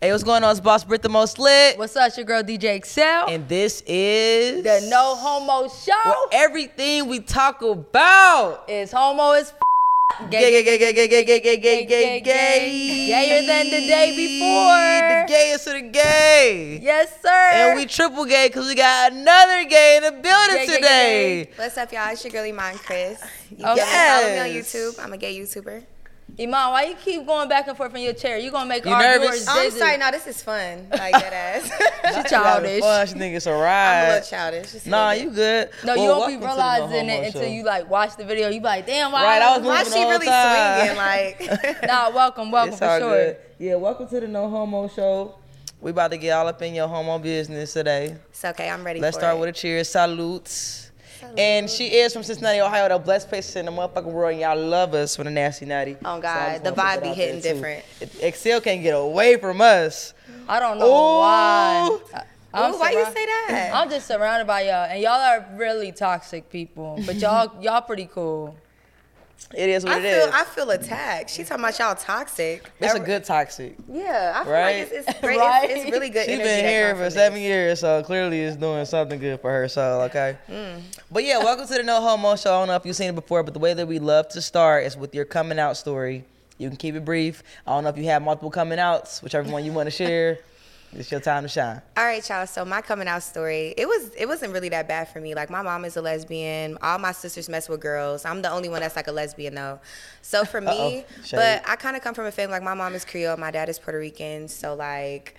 Hey, what's going on? It's Boss Brit, the most lit. What's up? It's your girl DJ Excel. And this is the No Homo Show where everything we talk about. is homo as f- Gay, gay, gay, gay, gay, gay, gay, gay, gay, gay, Gay, gay, gay. gay. Gayer than the day The before. gayest of the gay. Yes, sir. And we triple gay because we got another gay in the building Gay, gay, today. What's up, y'all? It's your girlie Mon Chris. You Okay. can follow me on Yes. YouTube. I'm a gay YouTuber. Iman, why you keep going back and forth in your chair? You gonna make You our nervous? viewers I'm dizzy. sorry, no, this is fun. Like that ass. She Having childish. fun. She think it's a I'm a little ride. childish. Just a Nah, little you good. No, Well, you won't be welcome to the No realizing Homo it until Show. you like watch the video. You be like, damn, why? Right, I was bit. Why moving she all really time. swinging? Like, Nah, welcome, welcome It's for all sure. good. Yeah, welcome to the No Homo Show. We about to get all up in your homo business today. it's okay. I'm ready. Let's for start it. with a cheers. Salutes. And she is from Cincinnati, Ohio, the blessed place in the motherfucking world, and y'all love us for the nasty natty. Oh, God, I just the wanna put vibe that be out there, hitting too. different. It- Excel can't get away from us. I don't know why. Ooh. I- I'm Ooh, why you surround- say that? I'm just surrounded by y'all, and y'all are really toxic people. But y'all, y'all pretty cool. It is what I it feel, is. I feel attacked. She talking about y'all toxic. it's a good toxic. Yeah, I feel Right? like it's, it's great. Right? It's, it's really good. She's energy been that here comes for from seven this. years, so clearly it's doing something good for her. So okay. Mm. But yeah, welcome to the No Homo Show. I don't know if you've seen it before, but the way that we love to start is with your coming out story. You can keep it brief. I don't know if you have multiple coming outs, whichever one you want to share. It's your time to shine. All right, y'all. So my coming out story, it was it wasn't really that bad for me. Like my mom is a lesbian. All my sisters mess with girls. I'm the only one that's like a lesbian though. So for me, Uh-oh. Shade. but I kind of come from a family like my mom is Creole, my dad is Puerto Rican. So like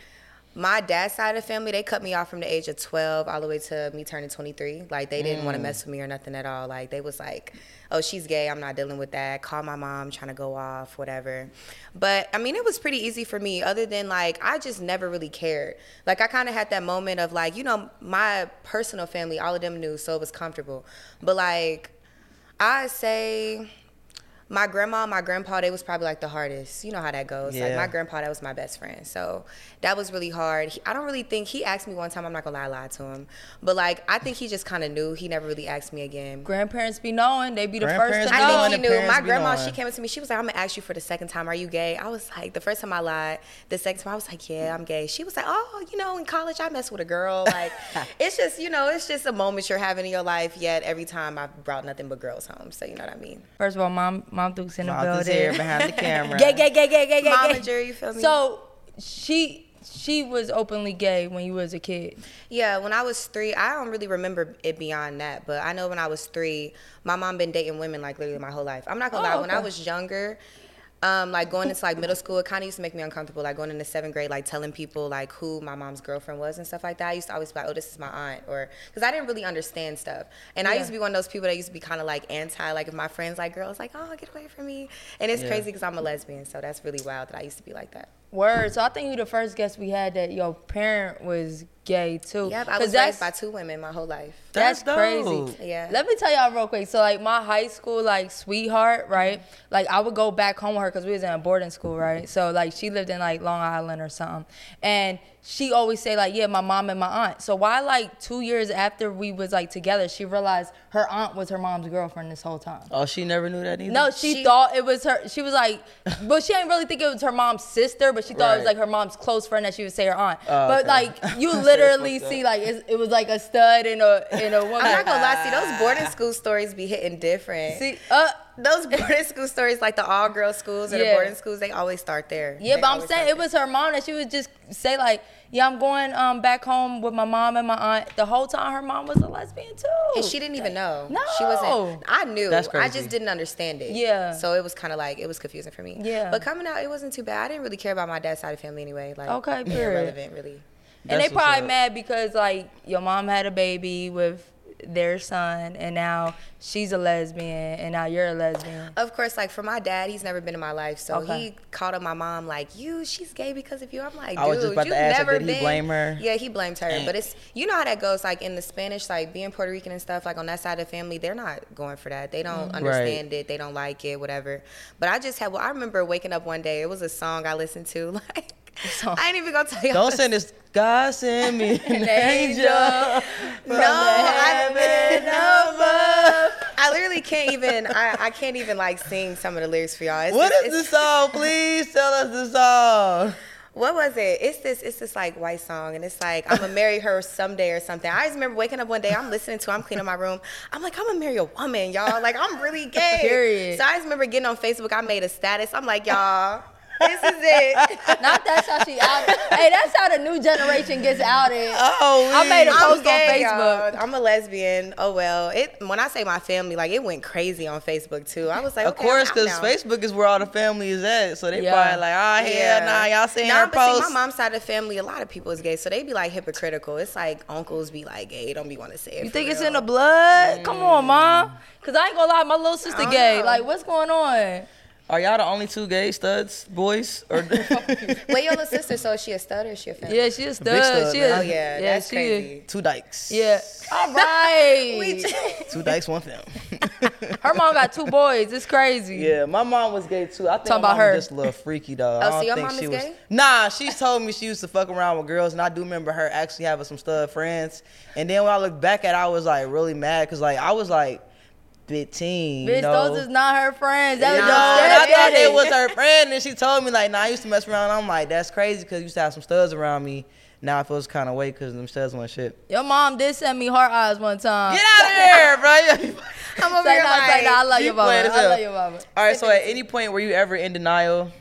my dad's side of the family, they cut me off from the age of 12 all the way to me turning 23. Like they didn't want to mess with me or nothing at all. Like they was like, "Oh, she's gay. I'm not dealing with that. Call my mom, trying to go off, whatever." But I mean, it was pretty easy for me other than like I just never really cared. Like I kind of had that moment of like, you know, my personal family, all of them knew, so it was comfortable. But like I say my grandma and my grandpa, they was probably like the hardest. You know how that goes. Like Yeah. my grandpa, that was my best friend. So that was really hard. He, I don't really think he asked me one time. I'm not gonna lie, I lied to him. But like I think he just kind of knew. He never really asked me again. Grandparents be knowing. They be the first Grandparents to be know. I knowing. think the he knew. parents My be grandma, knowing. she came up to me. She was like, "I'm gonna ask you for the second time. Are you gay?" I was like, the first time I lied. The second time I was like, "Yeah, I'm gay." She was like, "Oh, you know, in college I messed with a girl. Like, it's just you know, it's just a moment you're having in your life. Yet every time I brought nothing but girls home. So you know what I mean." First of all, mom, mom Duke's in the Mouth is here building. behind the camera. Gay, gay, gay, gay, gay, gay, Mama gay. Jerry, you feel me? So she she was openly gay when you was a kid. Yeah, when I was three, I don't really remember it beyond that, but I know when I was three, my mom been dating women like literally my whole life. I'm not gonna Oh, lie, when I okay. was younger, um, like going into like middle school, it kind of used to make me uncomfortable. Like going into seventh grade, like telling people like who my mom's girlfriend was and stuff like that. I used to always be like, oh, this is my aunt, or because I didn't really understand stuff. And I used to be one of those people that used to be kind of like anti. Like if my friends like girls, like oh, get away from me. And it's Yeah. crazy crazy because I'm a lesbian, so that's really wild that I used to be like that. Word. So I think you the first guest we had that your parent was gay too. Yeah, I 'Cause was that's- raised by two women my whole life. That's, That's dope. crazy. Yeah. Let me tell y'all real quick. So like my high school like sweetheart, right? Like I would go back home with her because we was in a boarding school, right? So like she lived in like Long Island or something, and she always say like, yeah, my mom and my aunt. So why like two years after we was like together, she realized her aunt was her mom's girlfriend this whole time. Oh, she never knew that either. No, she, She- thought it was her. She was like, but she didn't really think it was her mom's sister, but she thought it was Right. like her mom's close friend that she would say her aunt. Oh, but okay. like, you That's literally fucked up. see like it's, it was like a stud and a and a woman. I'm not gonna lie, see those boarding school stories be hitting different. See, uh, those boarding school stories, like the all girl schools or Yeah. the boarding schools, they always start there. yeah, They but I'm always saying start it was her mom that she would just say like, yeah, I'm going um back home with my mom and my aunt. The whole time her mom was a lesbian too, there. And she didn't even know. No. she wasn't. I knew. That's I crazy. just didn't understand it. Yeah. So it was kind of like it was confusing for me. Yeah. But coming out, it wasn't too bad. I didn't really care about my dad's side of family anyway. Like Okay, they're period. irrelevant, really. and they That's what's probably up. mad because like your mom had a baby with their son, and now she's a lesbian, and now you're a lesbian. Of course, like for my dad, he's never been in my life, so Okay. he called up my mom like, "You, she's gay because of you." I'm like, "Dude, I was just about to you've ask, like, never did he been." blame her? Yeah, he blamed her, but it's you know how that goes. Like in the Spanish, like being Puerto Rican and stuff, like on that side of the family, they're not going for that. They don't Mm-hmm. understand it. They don't like it, whatever. But I just had. Well, I remember waking up one day. It was a song I listened to. Like, song? I ain't even gonna tell y'all. Don't the send this. God send me an angel. angel from No, I- heaven above. I literally can't even. I, I can't even like sing some of the lyrics for y'all. It's What just- is it's- the song? Please tell us the song. what was it? It's this, it's this like white song, and it's like I'm gonna marry her someday or something. I just remember waking up one day, I'm listening to, I'm cleaning my room, I'm like, I'm gonna marry a woman, y'all. Like I'm really gay. Period. So I just remember getting on Facebook, I made a status, I'm like, y'all, this is it. Not that's how she out. hey, that's how the new generation gets outed. Oh, I made a wee. post on gay, Facebook. y'all. I'm a lesbian. Oh well. It when I say my family, like it went crazy on Facebook too. I was like, Of okay, course, I'm out because now. Facebook is where all the family is at, so they Yeah. probably like, ah, hell nah, y'all seeing Nah, her but see, post. my mom's side of the family, a lot of people is gay, so they be like hypocritical. It's like uncles be like gay, don't be want to say it. You for think it's real. in the blood? Come on, Mm. mom. Cause I ain't gonna lie, my little I sister don't gay. Oh. know. Like, what's going on? Are y'all the only two gay studs, boys? Or Wait, your little sister, so is she a stud or is she a fan? Yeah, she a stud. stud, she man. a, Oh yeah, that's she a- crazy. two dykes. Yeah. All right. We just- Two dykes, one film. Her mom got two boys. It's crazy. Yeah, my mom was gay too. I think Talking my about mom her. was just a little freaky though. I Oh, don't so your think mom she is was. gay? Nah, she told me she used to fuck around with girls, and I do remember her actually having some stud friends. And then when I look back at, it, I was like really mad because like I was like 15. you Bitch, know? those is not her friends. That No, was and your I thought stepdaddy. it was her friend, and she told me like, "Nah, I used to mess around." I'm like, "That's crazy," because used to have some studs around me. Now I feel this kind of way because them studs want shit. Your mom did send me heart eyes one time. Get out of here, bro! I'm over Say here no, say like, no, I love she your mama. playing as I hell. love your mama. All right. So at any point were you ever in denial?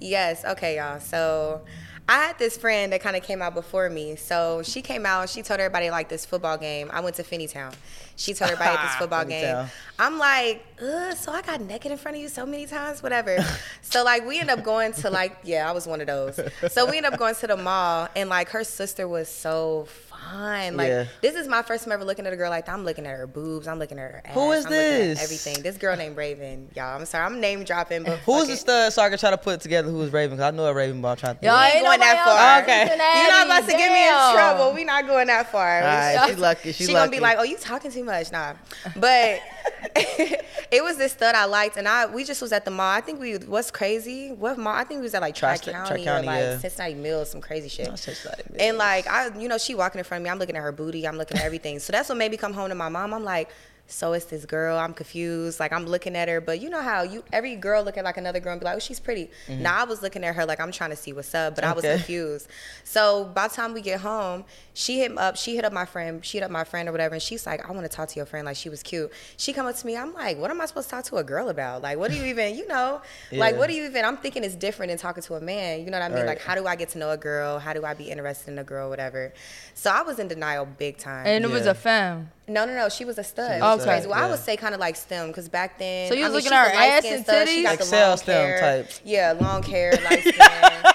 Yes. Okay, y'all. So I had this friend that kind of came out before me. So she came out. She told everybody like this football game. I went to Finneytown. She told everybody this football game. Finneytown. I'm like, Ugh, so I got naked in front of you so many times, whatever. so like we end up going to like, yeah, I was one of those. So we end up going to the mall, and like her sister was so fun. Like Yeah. this is my first time ever looking at a girl like that. I'm looking at her boobs. I'm looking at her ass. Who is I'm looking this? at everything. This girl named Raven, y'all. I'm sorry, I'm name dropping, but Who was fuck the it. stud so I could try to put together who was Raven? Because I know a Raven, but I'm trying to think. Y'all ain't ain't going that nobody far. else Okay. in Cincinnati. You're not about to get me in Damn. trouble. We're not going that far. All right, It's- she lucky, she gonna be lucky. like, "Oh, you talking too much, nah." But it was this stud I liked, and I we just was at the mall. I think we what's crazy? What mall? I think we was at like Tri Tri-Sta- County or Tri-County, like yeah. Cincinnati Mills, some crazy shit. That's just like- And like I, you know, she walking in front of me. I'm looking at her booty. I'm looking at everything. So that's what made me come home to my mom. I'm like, so it's this girl. I'm confused. Like I'm looking at her, but you know how you every girl look at like another girl and be like, oh, she's pretty. Now I was looking at her like I'm trying to see what's up, but I was Mm-hmm. Okay. confused. So by the time we get home, she hit me up. She hit up my friend. She hit up my friend or whatever, and she's like, I want to talk to your friend. Like she was cute. She come up to me. I'm like, what am I supposed to talk to a girl about? Like what do you even, you know, like Yeah. what do you even? I'm thinking it's different than talking to a man. You know what I mean? Right. Like how do I get to know a girl? How do I be interested in a girl? Whatever. So I was in denial big time. And it was Yeah. a fam. no, no, no. She was a stud. She was was a crazy. stud, Well, I yeah. would say kind of like STEM because back then. So you I was mean, looking at she's a her ass light-skinned and stud. She got titties? the Excel long STEM hair. type. Yeah, long hair, light skin.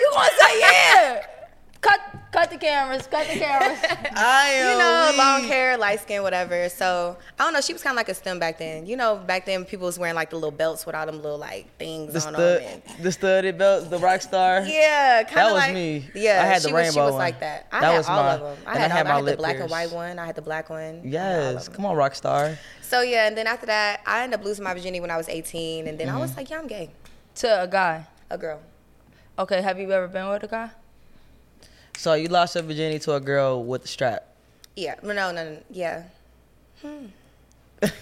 You gonna say yeah? Cut, cut the cameras. Cut the cameras. I am. you know, weak. long hair, light skin, whatever. So I don't know. She was kind of like a stem back then. You know, back then people was wearing like the little belts with all them little like things The on them. stud, and- the studded belt, the rock star. Yeah, kind of was like me. Yeah, I had the she was, she rainbow was one. like that. I That had was all my- of them. I and had, I had all, my I had the lip black and pierced. white one. I had the black one. I had all of Yes, them. come on, rock star. So yeah, and then after that, I ended up losing my virginity when I was 18, and then I was Mm-hmm. like, yeah, I'm gay, to a guy. a girl. Okay, have you ever been with a guy? So you lost your virginity to a girl with a strap. Yeah, no, no, no, yeah, hmm.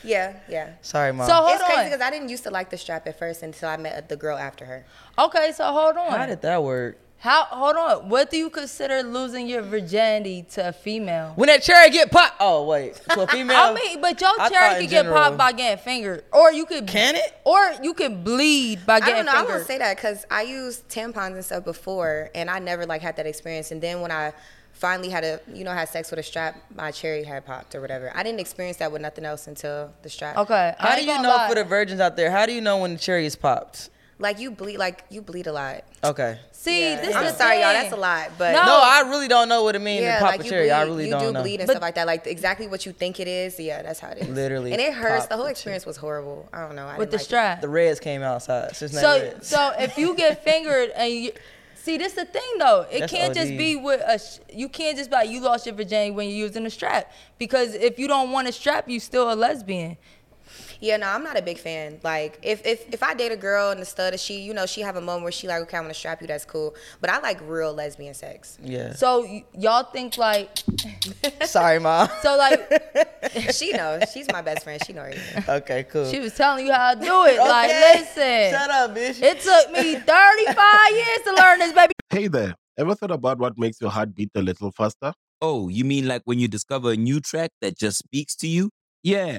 yeah, yeah. Sorry, mom. So hold it's crazy on. because I didn't used to like the strap at first until I met the girl after her. Okay, so hold on. how did that work? How? Hold on. What do you consider losing your virginity to a female? When that cherry get popped. Oh wait, to a female. I mean, but your I thought cherry in could get general. popped by getting fingered, or you could Can it? or you could bleed by I getting don't know. I fingered. won't say that because I used tampons and stuff before, and I never like had that experience. And then when I finally had a, you know, had sex with a strap, my cherry had popped or whatever. I didn't experience that with nothing else until the strap. okay. I how do ain't you gonna know lie. for the virgins out there? How do you know when the cherry is popped? Like you bleed, like you bleed a lot. Okay. See, this is I'm the sorry, y'all. thing. That's a lot, but No, No, I really don't know what it means yeah, to pop like a you cherry. bleed, I really you don't do know. bleed and But- stuff like that. Like exactly what you think it is. Yeah, that's how it is. Literally and it hurts. pop The whole the experience was horrible. I don't know. I with didn't the like it. strap. The Reds came outside. Cincinnati So Reds. so if you get fingered and you see this the thing though, it That's can't just OD. be with a sh- you can't just be like you lost your virginity when you're using a strap because if you don't want a strap, you still a lesbian. Yeah, no, I'm not a big fan. Like, if if if I date a girl and the stud, is she, you know, she have a moment where she like, okay, I'm gonna strap you. That's cool. But I like real lesbian sex. yeah. So y- y'all think like Sorry, mom. so like she knows. She's my best friend. She know everything. okay, cool. she was telling you how to do it. Like Okay. listen. Shut up, bitch. It took me 35 years to learn this baby Hey there. Ever thought about what makes your heart beat a little faster? Oh, you mean like when you discover a new track that just speaks to you? Yeah.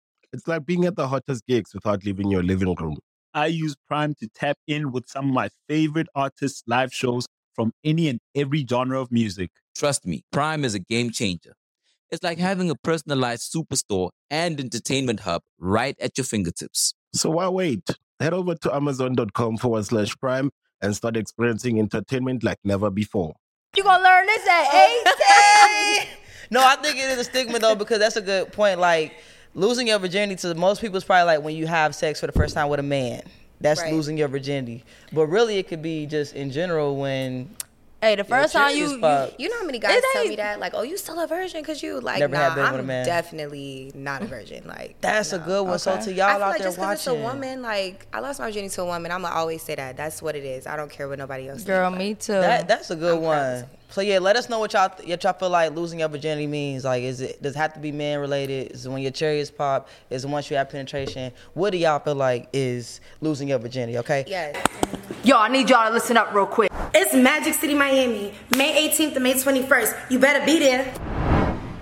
It's like being at the hottest gigs without leaving your living room. I use Prime to tap in with some of my favorite artists' live shows from any and every genre of music. Trust me, Prime is a game changer. It's like having a personalized superstore and entertainment hub right at your fingertips. So why wait? Head over to amazon.com forward slash prime and start experiencing entertainment like never before. You gonna learn this at 18? No, I think it is a stigma though because that's a good point. Like losing your virginity to most people is probably like when you have sex for the first time with a man. That's Right. losing your virginity. But really, it could be just in general when hey, the first time cherries you, you pop. You know how many guys It tell ain't- me that? Like, oh, you still a virgin because you like, Never nah, had been with I'm a man. definitely not a virgin. Like, that's a no. good one. So Okay. to I y'all feel out like there just watching, because it's a woman, like I lost my virginity to a woman, I'ma always say that. That's what it is. I don't care what nobody else. girl, thinks. me too. that that's a good Um, I'm proud one. of So yeah, let us know what y'all th- what y'all feel like losing your virginity means. Like, is it does it have to be man related? Is it when your cherries pop? Is it once you have penetration? What do y'all feel like is losing your virginity? Okay. Yes. Yo, I need y'all to listen up real quick. It's Magic City, Miami, May 18th to May 21st. You better be there.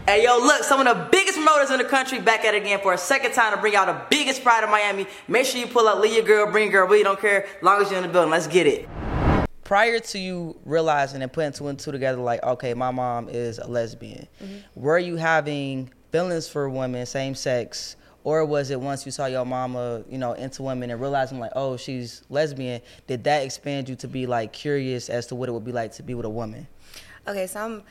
Hey, yo, look, some of the biggest promoters in the country back at it again for a second time to bring out the biggest pride of Miami. Make sure you pull up, leave your girl, bring your girl. We don't care. Long as you're in the building, let's get it. prior to you realizing and putting two and two together, like, okay, my mom is a lesbian, Mm-hmm. were you having feelings for women, same sex, or was it once you saw your mama, you know, into women and realizing like, oh, she's lesbian, did that expand you to be like curious as to what it would be like to be with a woman? Okay, so I'm.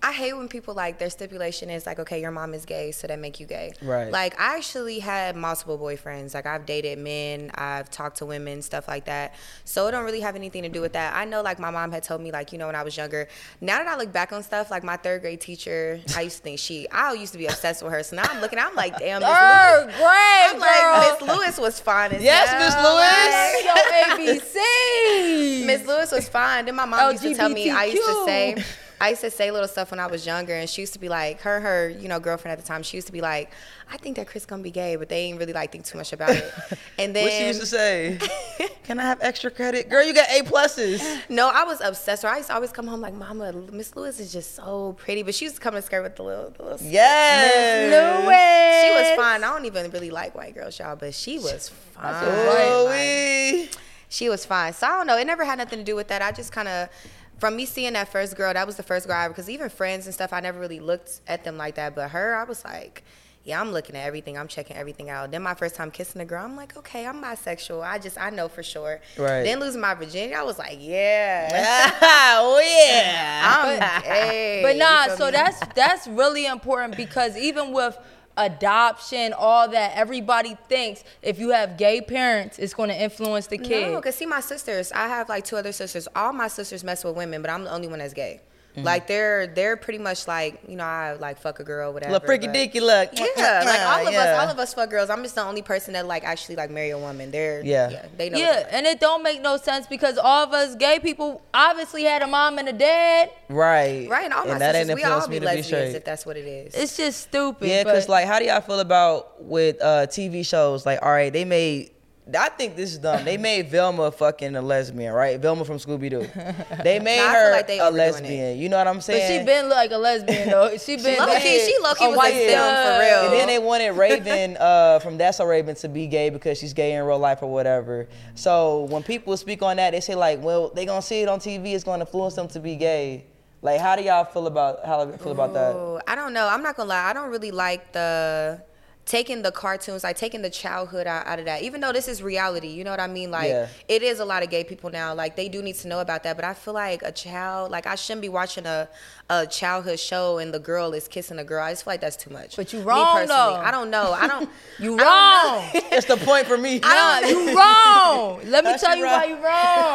I hate when people like their stipulation is like, okay, your mom is gay, so that make you gay. Right. Like I actually had multiple boyfriends. Like I've dated men, I've talked to women, stuff like that. So it don't really have anything to do with that. I know like my mom had told me like, you know, when I was younger. Now that I look back on stuff, like my third grade teacher, I used to think she, I used to be obsessed with her. So now I'm looking, I'm like, damn, Miss Third Lewis. grade, I'm like, girl. Miss Lewis was fine as Yes, Miss Lewis. Like, Yo, ABC. Miss Lewis was fine. Then my mom used to tell me I used to say I used to say little stuff when I was younger and she used to be like her her, you know, girlfriend at the time, she used to be like, I think that Chris gonna be gay, but they ain't really like think too much about it. And then What she used to say? Can I have extra credit, girl? You got A pluses. No, I was obsessed. Or I used to always come home like, Mama, Miss Lewis is just so pretty. But she used to come to skirt with the little the little Yes. She was fine. I don't even really like white girls, y'all, but she was fine. Oh, Like, we. she was fine. So I don't know. It never had nothing to do with that. I just kind of, from me seeing that first girl, that was the first girl I ever, because even friends and stuff, I never really looked at them like that. But her, I was like, yeah, I'm looking at everything. I'm checking everything out. Then my first time kissing a girl, I'm like, okay, I'm bisexual. I just, I know for sure. Right. Then losing my virginity, I was like, yeah, oh yeah. I'm gay. But You nah, feel so me? that's that's really important because even with adoption, all that, everybody thinks if you have gay parents, it's going to influence the kid. No, cause see, my sisters. I have like two other sisters. All my sisters mess with women, but I'm the only one that's gay. Mm. Like they're they're pretty much like you know I like fuck a girl whatever. Little freaky but- dicky look. Yeah, like all of Yeah. us, all of us fuck girls. I'm just the only person that like actually like marry a woman. They're Yeah. yeah, they know. what yeah, they're and it don't make no sense because all of us gay people obviously had a mom and a dad. Right. doing. right. And all my that ain't sisters, we all influenced be me to be lesbians straight. if that's what it is. It's just stupid. Yeah, because but- like, how do y'all feel about with uh, TV shows? Like, all right, they made. I think this is dumb. They made Velma fucking a lesbian, right? Velma from Scooby Doo. They made Nah, I feel her like they a overdoing it. lesbian. You know what I'm But saying? she been like a lesbian though. She been low-key- been she low-key a was, like, white them for thug. real. And then they wanted Raven uh, from That's a Raven to be gay because she's gay in real life or whatever. So when people speak on that, they say like, well, they gonna see it on TV. It's gonna influence them to be gay. Like, how do y'all feel about how feel about that? Ooh, I don't know. I'm not gonna lie. I don't really like the taking the cartoons, like taking the childhood out, out of that. Even though this is reality, you know what I mean? Like Yeah. it is a lot of gay people now. Like they do need to know about that. But I feel like a child, like I shouldn't be watching a a childhood show and the girl is kissing a girl. I just feel like that's too much. But you Me wrong, personally, though. I don't know. I don't. You I don't know. wrong. That's the point for me. Nah, you wrong. Let me That's tell you right. why you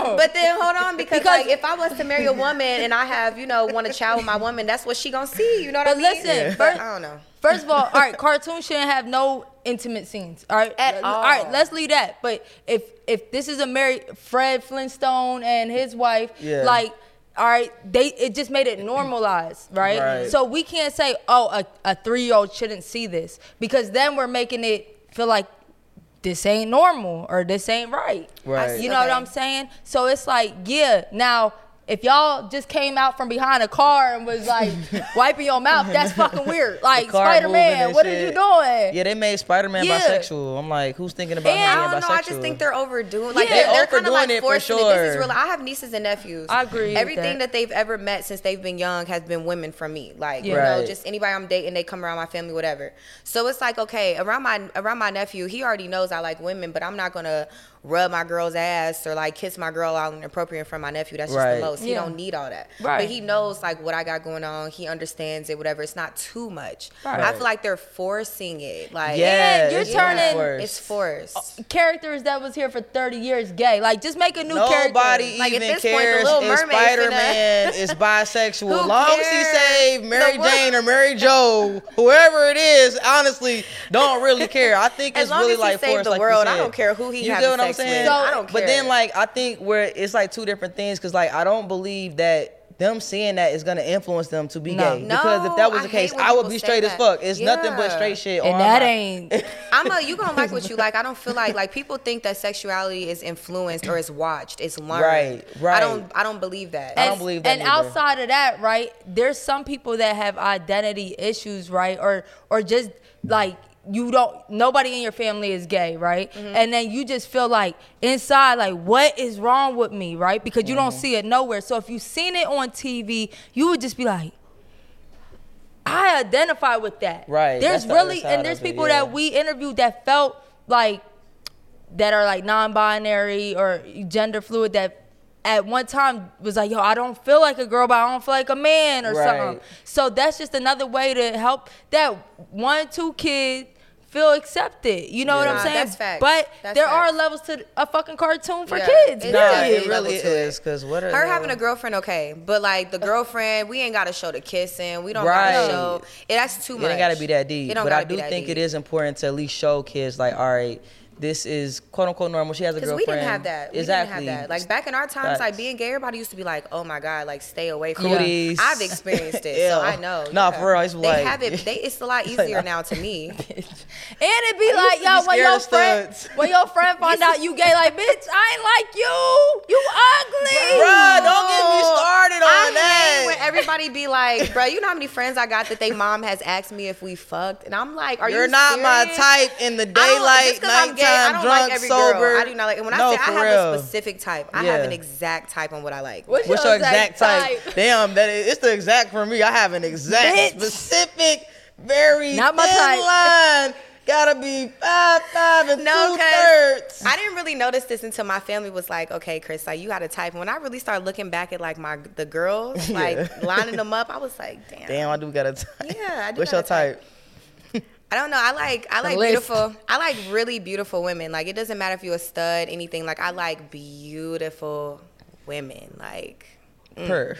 wrong. But then hold on, because, Because- like if I was to marry a woman and I have, you know, want a child with my woman, that's what she gonna see. You know what But I mean? listen, Yeah. But fir- I don't know. First of all, all right, cartoons shouldn't have no intimate scenes. All right, At Let- all. All right, let's leave that. But if if this is a married Fred Flintstone and his wife, Yeah. like. All right, they it just made it normalized, right? Right. So we can't say, oh, a, a three year old shouldn't see this because then we're making it feel like this ain't normal or this ain't right. Right. You know what Okay. I'm saying? So it's like, yeah. Now, if y'all just came out from behind a car and was like wiping your mouth, that's fucking weird. Like car Spider moving Man, and what are you shit. doing? Yeah, they made Spider Man Yeah. bisexual. I'm like, who's thinking about And him being I don't know. bisexual? I just think they're overdoing. Like Yeah. they're, they're kind Overdoing of like it for forcing it. This is sure. real. I have nieces and nephews. I agree with Everything that. that. they've ever met since they've been young has been women for me. Like you Yeah. know, Right. just anybody I'm dating, they come around my family, whatever. So it's like okay, around my around my nephew, he already knows I like women, but I'm not gonna rub my girl's ass or like kiss my girl out inappropriate for my nephew. That's just Right. the most. He Yeah. don't need all that. Right. But he knows like what I got going on. He understands it, whatever. It's not too much. Right. I feel like they're forcing it. Like yeah, you're it's turning- not forced. It's forced. Characters that was here for 30 years gay. Like just make a new Nobody character. even Like, at this point, the cares Little if Mermaid's finna- Spider Man is bisexual. Who long as he cares? saved Mary The world- Jane or Mary Joe, whoever it is, honestly, don't really care. I think As it's long really as he like saved forced, the like you world, I said. don't care who he You having get what I'm sex saying? with. I don't But then, care. like, I think where it's like two different things because, like, I don't believe that them seeing that is gonna influence them to be No. gay. Because if that was No, the I case, hate when I would people be say straight as that. fuck. It's nothing but Yeah. straight shit. or and I'm that not. ain't I'm a you gonna like what you like. I don't feel like like people think that sexuality is influenced or it's watched. It's learned. Right, right. I don't I don't believe that. I don't And- believe that And either. outside of that, right? There's some people that have identity issues, right? Or or just like you don't nobody in your family is gay, right? Mm-hmm. And then you just feel like inside like what is wrong with me, right? Because you don't Mm-hmm. see it nowhere. So if you seen it on TV, you would just be like I identify with that. Right, There's that's the really other side and there's of it, people yeah. that we interviewed that felt like that are like non-binary or gender fluid that at one time was like, yo, I don't feel like a girl, but I don't feel like a man or Right. something. So that's just another way to help that one, two kid feel accepted. You know what I'm Nah, saying? that's facts. But That's there are facts. levels to a fucking cartoon for Yeah, kids. it Nah, Yeah, period. it it's really level to it. is. Because what are her the- having a girlfriend, okay, but like the girlfriend, we ain't got to show the kissing. We don't got Right. to show. It, that's too much. It ain't gotta be that deep. It don't But I gotta be do that think deep. it is important to at least show kids like, all right, this is quote unquote normal. She has a Because girlfriend. we didn't have that. We Exactly. didn't have that. Like back in our times, Facts. like being gay, everybody used to be like, "Oh my god, like stay away from Cooties. I've experienced it, so Ew. I know. Nah, for real, it's they like- have it. They it's a lot easier now to me. And it be like, to yo, be when scared your of friend studs. when your friend find out you gay, like, bitch, I ain't like you. You ugly. Oh. Bruh, don't get me started on I hate when that. everybody be like, "Bro, you know how many friends I got that they mom has asked me if we fucked," and I'm like, "Are You're you not my serious? type in the I don't- daylight, just 'cause nighttime, I'm gay, I don't drunk, like every sober. Girl. I do not like. When no, I say I for have real. a specific type, I Yeah. have an exact type on what I like. What's What's your exact type? Damn, that is, it's the exact for me. I have an exact, Bitch. specific, very Not my thin line. Gotta be five, five, and No, two 'cause thirds. I didn't really notice this until my family was like, "Okay, Chris, like you got a type." When I really started looking back at like my the girls, like lining them up, I was like, "Damn, Damn, I do got a type. Yeah, I do What's got your a type. type? I don't know. I like I like list. beautiful. I like really beautiful women. Like it doesn't matter if you're a stud, anything. Like I like beautiful women. Like." Mm. Per.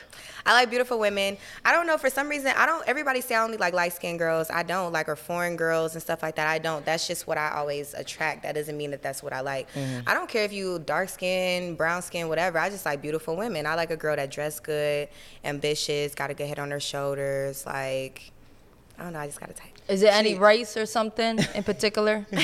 I like beautiful women. I don't know for some reason I don't. Everybody say I only like light skinned girls. I don't like or foreign girls and stuff like that. I don't. That's just what I always attract. That doesn't mean that that's what I like. I don't care if you dark skin, brown skin, whatever. I just like beautiful women. I like a girl that dress good, ambitious, got a good head on her shoulders. Like I don't know. I just got a type. Is it any race or something in particular?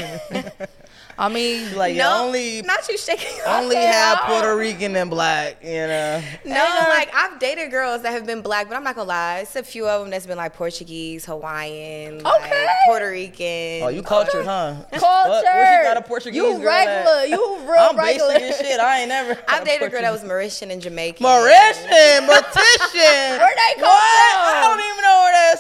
I mean, Like, you No, only not you shaking. your only head. have Puerto Rican and black, you know. No, like I've dated girls that have been black, but I'm not gonna lie. It's a few of them that's been like Portuguese, Hawaiian, like Okay. Puerto Rican. Oh, you cultured, huh? Fuck, culture. Where you got a Portuguese You girl at? regular. You real I'm regular. basic as shit. I ain't never. I've dated a girl that was Mauritian and Jamaican. Mauritian, Mortician. Where'd they come What? I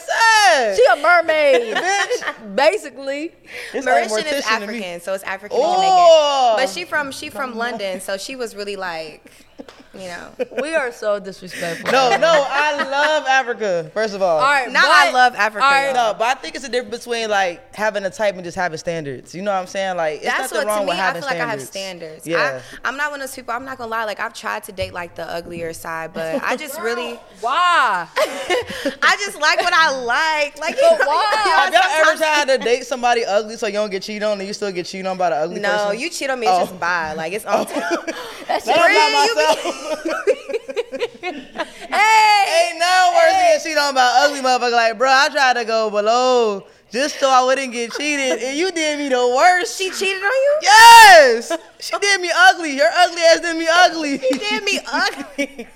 from? don't even know where that's at. She a mermaid. shade. Basically. It's like Mauritian is mortician to me. African, so it's African Oh. and naked. But she from she from London, so she was really like, you know. We are so disrespectful. No, no, I love Africa. First of all, All right. Now but- I love Africa, all right, y'all. No, but I think it's a difference between like having a type and just having standards. You know what I'm saying? Like it's That's nothing what wrong to me. with I having feel like I have standards. standards. Yeah. I, I'm not one of those people. I'm not gonna lie. Like I've tried to date like the uglier side, but I just really, Why? I just like what I like. Like But why? have y'all ever sometimes- tried to date somebody ugly so you don't get cheated on and you still get cheated on by the ugly No, person? you cheat on me. It's Oh. just bye. Like it's on. That That's your- I'm by myself. Hey! Ain't no worse than cheated on by ugly motherfucker. Like, bro, I tried to go below just so I wouldn't get cheated, and you did me the worst. she cheated on you. Yes, she did me ugly. Your ugly ass did me ugly. Damn me ugly.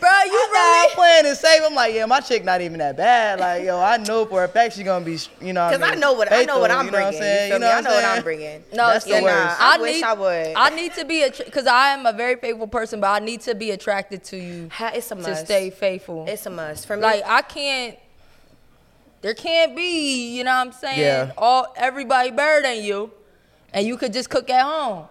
Bro, you I'm really. playing it safe. I'm like, yeah, my chick not even that bad. Like, yo, I know for a fact she gonna be, you know, Because what I, I mean, know what I know what faithful, I'm you know bringing. What I'm saying? You feel me? I know what saying? I'm bringing. No, That's the yeah, worst. nah, I, I wish need, I would. I need to be, because I am a very faithful person, but I need to be attracted to you Ha- It's a must. to stay faithful. It's a must for me. like I can't. There can't be, you know what I'm saying? Yeah. All everybody better than you, and you could just cook at home.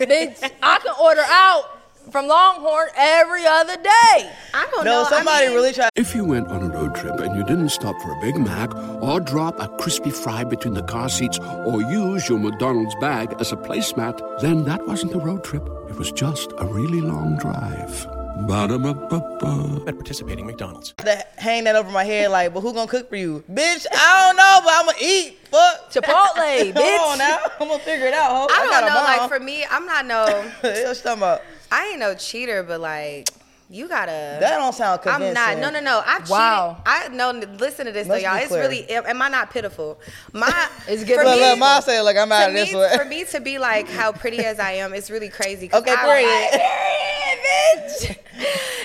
Bitch, I can order out from Longhorn every other day. I don't know. No, somebody I mean, really tried. If you went on a road trip and you didn't stop for a Big Mac or drop a crispy fry between the car seats or use your McDonald's bag as a placemat, then that wasn't a road trip. It was just a really long drive. Ba-da-ba-ba-ba. At participating McDonald's. to hang that over my head like, but who gonna cook for you? Bitch, I don't know, but I'm gonna eat. Fuck. Chipotle, Come on bitch. now. I'm gonna figure it out, ho. I don't got a know. Like mom. for me, I'm not no. Yo, she talking about, I ain't no cheater, but like you gotta. that don't sound convincing. I'm not. No, no, no. I've Wow. cheated. I no. n- Listen to this, Let's though, y'all. be It's clear. really. Am am I not pitiful? My. It's getting for But me- look, Ma said, like, I'm to out of me, this one. for me to be like how pretty as I am, it's really crazy. 'cause Okay, I- period. Period, bitch.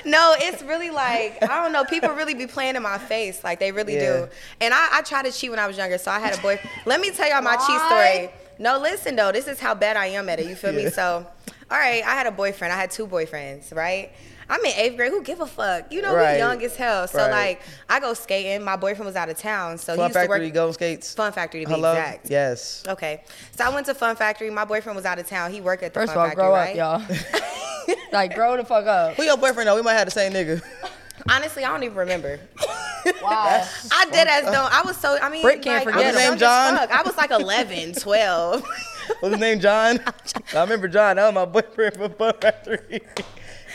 No, it's really like I don't know. People really be playing in my face, like they really Yeah. do. And I, I tried to cheat when I was younger, so I had a boy. Let me tell y'all my cheat story. No, listen though, this is how bad I am at it. You feel me? So, all right, I had a boyfriend. I had two boyfriends, right? I'm in eighth grade. Who give a fuck? You know, Right. we young as hell. So Right. like, I go skating. My boyfriend was out of town, so he Fun used to work. Factory, Golden Skates. Fun Factory to be Hello? exact. Yes. Okay, so I went to Fun Factory. My boyfriend was out of town. He worked at the First of Fun all, Factory, grow right? up, y'all. like, grow the fuck up. Who your boyfriend though? We might have the same nigga. Honestly, I don't even remember. Wow. I did as though I was so. I mean, Britt can't like, forget I was him. young Name John? as fuck. I was like 11, 12. What's his name? John. I remember John. That was my boyfriend from Fun Factory.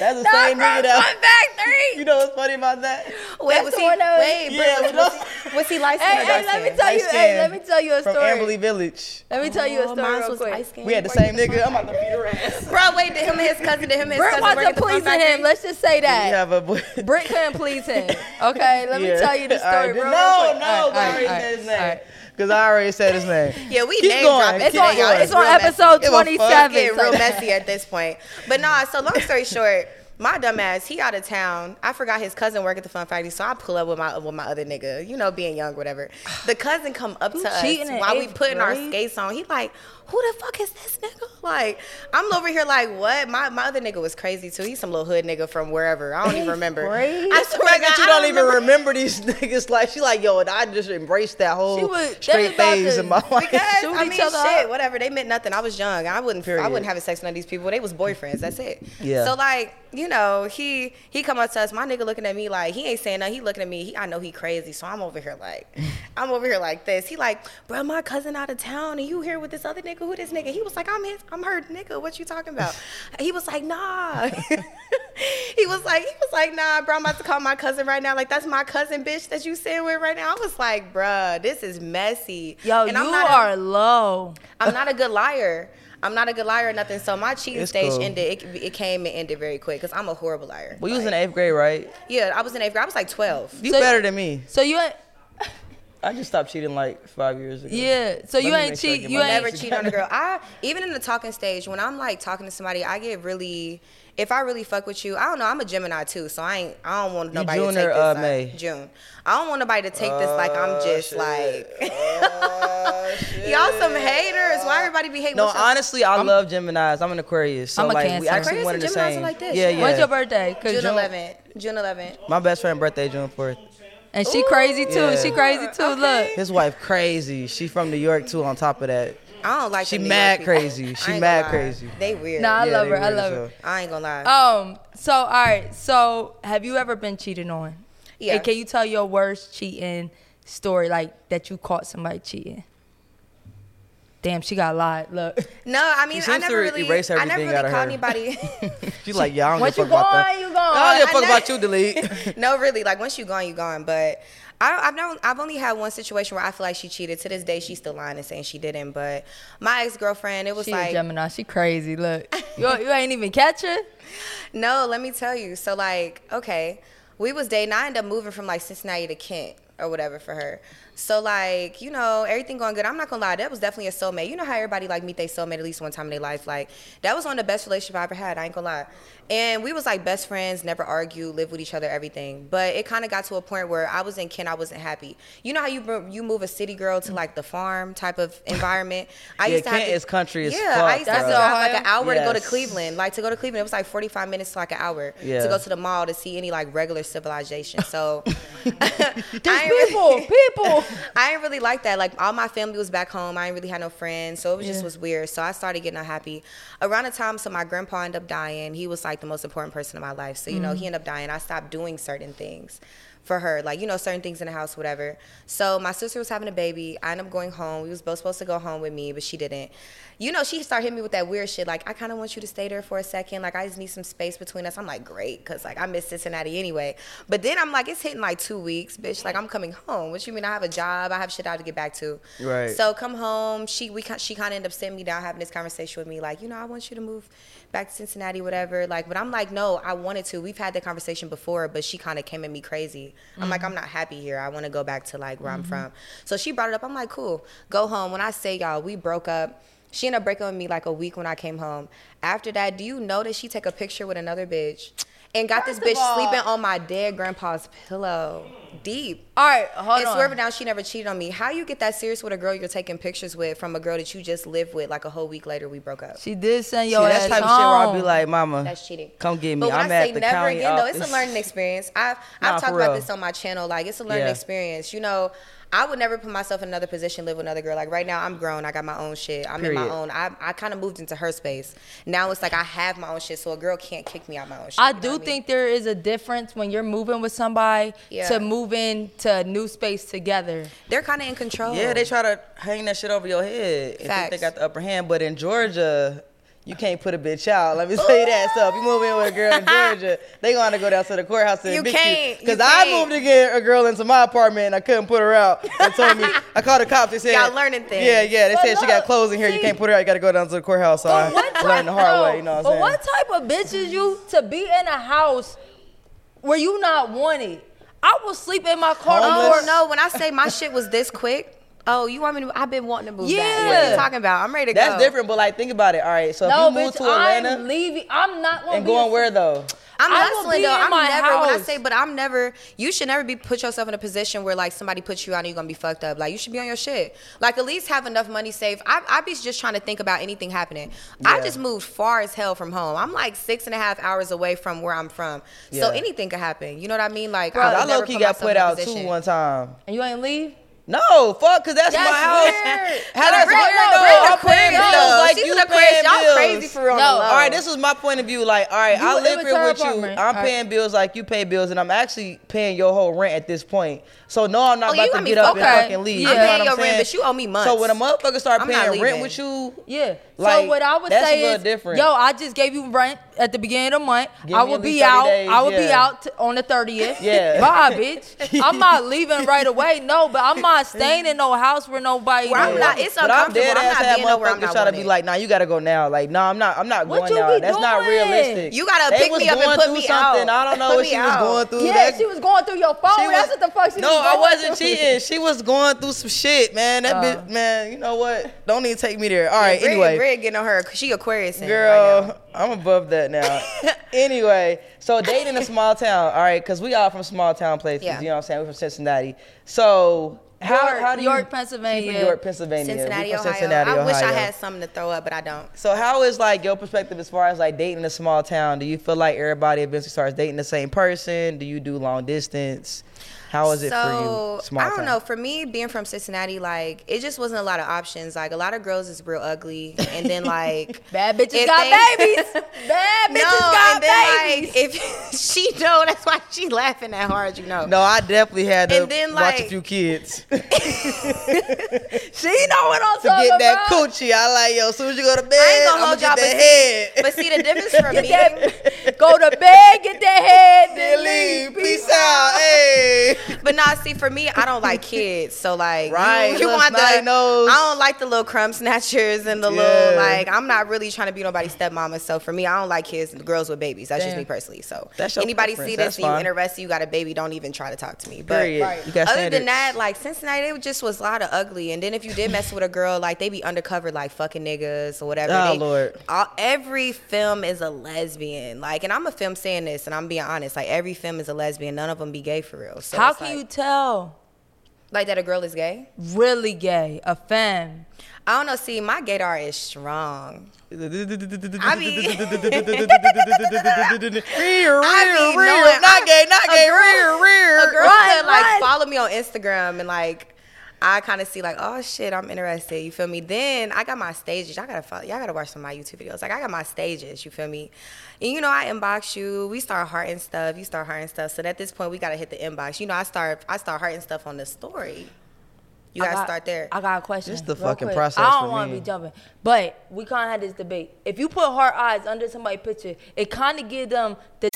That's the same nigga that. You Factory. know what's funny about that? Wait, was the he? one that was- Wait, Yeah, Britt, we was, know- was he, was he light Hey, skinned? hey, let me tell you. Hey, let me tell you a From story. Amberley Village. Let me tell you a Oh, story real quick. We had the same nigga. I'm about to beat her ass. Bro, wait, did him and his cousin, did him and his Britt cousin work wasn't at the Fun pleasing Factory? him. Let's just say We that. have a boy. Britt couldn't please him. Okay, let Yeah. me tell you the All right, then- story, bro. No, real quick. no, All right, I all already right, all said his right, all name. right. Because I already said his name. Yeah, we Keep name going. dropping. It's It's today, on, y'all. it's on real messy. episode Give a fuck. It's 27. getting real so- messy at this point. But nah, so long story short, my dumbass, he out of town. I forgot his cousin work at the fun factory, so I pull up with my with my other nigga. You know, being young, whatever. The cousin come up to us cheating in while we eighth putting our grade? skates on. He like, who the fuck is this nigga? Like, I'm over here like, what? My my other nigga was crazy too. He's some little hood nigga from wherever. I don't even remember. grade? I swear to God, that you I don't even remember these niggas. Like she like, yo, I just embraced that She whole was- they straight about phase to- in my life. Because Shoot I each mean, other shit, up. whatever. They meant nothing. I was young. I wouldn't. I Period. wouldn't have sex with none of these people. They was boyfriends. That's it. Yeah. So like, you know, he he come up to us. My nigga looking at me like he ain't saying nothing. He looking at me. He, I know he crazy. So I'm over here like, I'm over here like this. He like, bro, my cousin out of town, and you here with this other nigga? Who this nigga? He was like, I'm his. I'm her nigga. What you talking about? he was like, nah. he was like, he was like, nah, bro. I'm about to call my cousin right now. Like that's my cousin, bitch, that you sitting with right now. I was like, bruh, this is messy. Yo, And you I'm not a- are low. I'm not a good liar. I'm not a good liar or nothing. So my cheating It's stage cool. ended. It, it came and ended very quick because I'm a horrible liar. Well, you was in eighth grade, right? Yeah, I was in eighth grade. I was like 12. You So- better than me. So you ain't, I just stopped cheating like five years ago. yeah. So Let you me ain't make sure I cheat. get You my ain't. Never cheat on a girl. I even in the talking stage when I'm like talking to somebody, I get really. If I really fuck with you, I don't know. I'm a Gemini too, so I ain't. I don't want nobody June to take or, this uh, like May? Oh, June. I don't want nobody to take this like I'm just like y'all some haters. Why everybody be hating? No, What's your- honestly, I love Gemini's. I'm an Aquarius, so I'm a like we Cancer. actually Aquarius one of and the Geminis are same. like this, yeah, yeah. yeah. When's your birthday? 'Cause June June- 11th. June 11th. My best friend birthday June fourth. And she crazy too. Yeah. She crazy too. Look. His wife crazy. She from New York too. On top of that, I don't like She the New mad York people. crazy. I ain't She gonna mad lie. crazy. They weird. Nah, I Yeah, love they her. I weird love as her. I ain't gonna lie. Um. So all right. So have you ever been cheated on? Yeah. And can you tell your worst cheating story, like that you caught somebody cheating? Damn, she got lied. Look. no, I mean, She I seems never to really, erase I never everything really out called of her. anybody. She like, yeah, I don't Once give a you fuck about that. gone, you I don't give a gone. fuck about you, delete. no, really. Like once you gone, you gone. But I don't, I've known I've only had one situation where I feel like she cheated. To this day, she's still lying and saying she didn't. But my ex girlfriend, it was She a like Gemini. She crazy. Look. You, you ain't even catch her. No, let me tell you. So like, okay, we was dating. I ended up moving from like Cincinnati to Kent or whatever for her. So like, you know, everything going good. I'm not gonna lie, that was definitely a soulmate. You know how everybody like meet their soulmate at least one time in their life. Like that was one of the best relationships I ever had. I ain't gonna lie. And we was like best friends, never argued, lived with each other, everything. But it kind of got to a point where I was in Kent, I wasn't happy. You know how you bro- you move a city girl to like the farm type of environment. I Yeah, used to have Kent to- is country as yeah, I fuck, used to bro. have to drive Ohio? like an hour to go to Yes. Cleveland. And, like to go to Cleveland, it was like 45 minutes to like an hour Yeah. to go to the mall to see any like regular civilization. So There's I ain't people. really- People. I ain't really like that. Like all my family was back home. I ain't really had no friends, so it was just was weird. So I started getting unhappy around the time. So my grandpa ended up dying. He was like the most important person in my life. So you know Mm-hmm. he ended up dying. I stopped doing certain things for her, like you know certain things in the house, whatever. So my sister was having a baby. I ended up going home. We was both supposed to go home with me, but she didn't. You know she started hitting me with that weird shit. Like I kind of want you to stay there for a second. Like I just need some space between us. I'm like great, cause like I miss Cincinnati anyway. But then I'm like it's hitting like two weeks, bitch. Like I'm coming home. What you mean I have a job? I have shit I have to get back to. Right. So come home. She we kin- she kind of ended up sitting me down, having this conversation with me, like you know I want you to move back to Cincinnati, whatever. Like, but I'm like no, I wanted to. We've had that conversation before, but she kind of came at me crazy. I'm like I'm not happy here. I want to go back to like where I'm from. So she brought it up. I'm like cool, go home. When I say y'all, we broke up. She ended up breaking with me like a week when I came home. After that, do you notice she take a picture with another bitch and got this bitch sleeping on my dead grandpa's pillow? Deep. All right. Hold It's on. swerving down. She never cheated on me. How you get that serious with a girl you're taking pictures with from a girl that you just lived with? Like a whole week later, we broke up. She did send See, your that's ass the type of shit where I'll be home. like, Mama, That's cheating. Come get me. But when I'm I say at the never county again, though, it's office. a learning experience. I've Nah, I've talked for about real. this on my channel. Like it's a learning Yeah. experience. You know, I would never put myself in another position, live with another girl. Like right now, I'm grown. I got my own shit. I'm in Period. my own. I I kind of moved into her space. Now it's like I have my own shit, so a girl can't kick me out my own shit. I you know do what mean? think there is a difference when you're moving with somebody Yeah. to moving to a new space together. they're kind of in control. Yeah, they try to hang that shit over your head and think they Oh. Facts. got the upper hand. But in Georgia, you can't put a bitch out. Let me say that. So if you move in with a girl in Georgia, they gonna go down to the courthouse and You evict can't. you. You Because I can't. moved to get a girl into my apartment and I couldn't put her out. They told me I called the cops. They said Y'all learning things. Yeah, yeah. They But said she got look, clothes in here. You see- can't put her out. You gotta go down to the courthouse. So I But what learned the hard way. You know what I'm but saying? what type of bitch is you to be in a house where you not wanted? I will sleep in my car Oh Homeless? for no! When I say my shit was this quick, oh, you want me to? I've been wanting to move. back. What are Yeah. you talking about? I'm ready to That's go. different. But like, think about it. All right. So no, if you move bitch, to Atlanta I'm leaving. I'm not gonna and be going a- where though? I'm I will hustling be though. in I'm my never when I house. say, but I'm never. You should never be put yourself in a position where like somebody puts you out and you're gonna be fucked up. Like you should be on your shit. Like at least have enough money saved. I I be just trying to think about anything happening. I Yeah. just moved far as hell from home. I'm like six and a half hours away from where I'm from. Yeah. So anything could happen. You know what I mean? Like Cause would I never low key put got myself put in a out too position. one time. and you ain't leave. No, fuck, cause that's, That's my house. weird. How that's No, Brenda- weird no, though. Brenda I'm paying crazy, bills. though. Like She's you the paying crazy. Y'all bills. crazy for real on No. the low. All right, this is my point of view. Like, all right, You- I it live was here her with apartment. you. I'm All paying bills like you pay bills, and I'm actually paying your whole rent at this point. So no, I'm not Oh, you about got to me get up fucked up. and fucking leave. Yeah. You I'm know paying what your rent, saying? but you owe me months. So when a motherfucker start I'm not paying rent leaving. with you, Yeah. Like, so what I would that's a say little is, different. yo, I just gave you rent at the beginning of the month. Give I me will at least be 30 out. days, I will be yeah. out t- on the thirtieth. Yeah. Bye, bitch. I'm not leaving right away. No, but I'm not staying in no house where nobody. Where I'm know. not- it's but I'm uncomfortable. dead I'm ass not had being nowhere I'm motherfuckers not trying to be wanted. like, nah, you gotta go now. Like, nah, I'm not. I'm not What going you now. be That's not doing? realistic. You gotta They pick was me up and going put through me something. out. I don't know Put what me she was out. going through. Yeah, That- she was going through your Oh, phone. She That's was- what the fuck she no, was I going wasn't through. cheating. She was going through some shit, man. Oh. That bitch, man. You know what? Don't even take me there. All right. Brid- anyway, Brid getting on her. She Aquarius. in right girl, now. I'm above that now. anyway, so dating in a small town. All right, because we all from small town places. Yeah. You know what I'm saying? We're from Cincinnati. So how York- how do you York, She Pennsylvania. from York, Pennsylvania. We Cincinnati, from Ohio. Cincinnati, I wish I Ohio. had something to throw up, but I don't. So how is like your perspective as far as like dating in a small town? Do you feel like everybody eventually starts dating the same person? Do you do long distance? How is it so for you? Small I don't town? know. For me, being from Cincinnati, like it just wasn't a lot of options. Like a lot of girls is real ugly, and then like Bad bitches if got they- babies. Bad bitches no, got and then babies. like if she know, that's why she laughing that hard. You know. No, I definitely had to And then, watch a like- few kids to she know what I'm talking get that about. coochie. I like yo. As soon as you go to bed, I ain't gonna I'ma hold y'all, get but that see, head. but see the difference for me. That- go to bed, get that head, Then then leave. leave. Peace out. Hey. But nah, see, for me, I don't like kids. So like, Right, you, you little want the? snotty nose. I don't like the little crumb snatchers and the Yeah. little like. I'm not really trying to be nobody's stepmama. So for me, I don't like kids and girls with babies. That's just Damn. me personally. So That's your anybody preference. see That's this, and you fine. interested, you got a baby, don't even try to talk to me. But Period. You got other standards. than that, like Cincinnati, it just was a lot of ugly. And then if you did mess with a girl, like they be undercover, like fucking niggas or whatever. Oh, They- Lord. all, Uh, every film is a lesbian. Like, and I'm a film saying this, and I'm being honest. Like, every film is a lesbian. None of them be gay for real. So How it's can like- you tell? like that a girl is gay? Really gay, a femme. I don't know. See, my gaydar is strong. I be- rear, I be rear, rear. knowing- Not I- gay, not a gay. girl- Rear, rear. A girl Run, could like run. follow me on Instagram and like. I kind of see like, oh shit, I'm interested. You feel me? Then I got my stages. Y'all gotta follow. Y'all gotta watch some of my YouTube videos. Like I got my stages. You feel me? And you know, I inbox you. We start hearting stuff. You start hearting stuff. So at this point, we gotta hit the inbox. You know, I start. I start hearting stuff on the story. You I gotta got- start there. I got a question. This the real fucking quick. process I don't for wanna me. be jumping, but we can't have this debate. If you put hard eyes under somebody's picture, it kind of give them the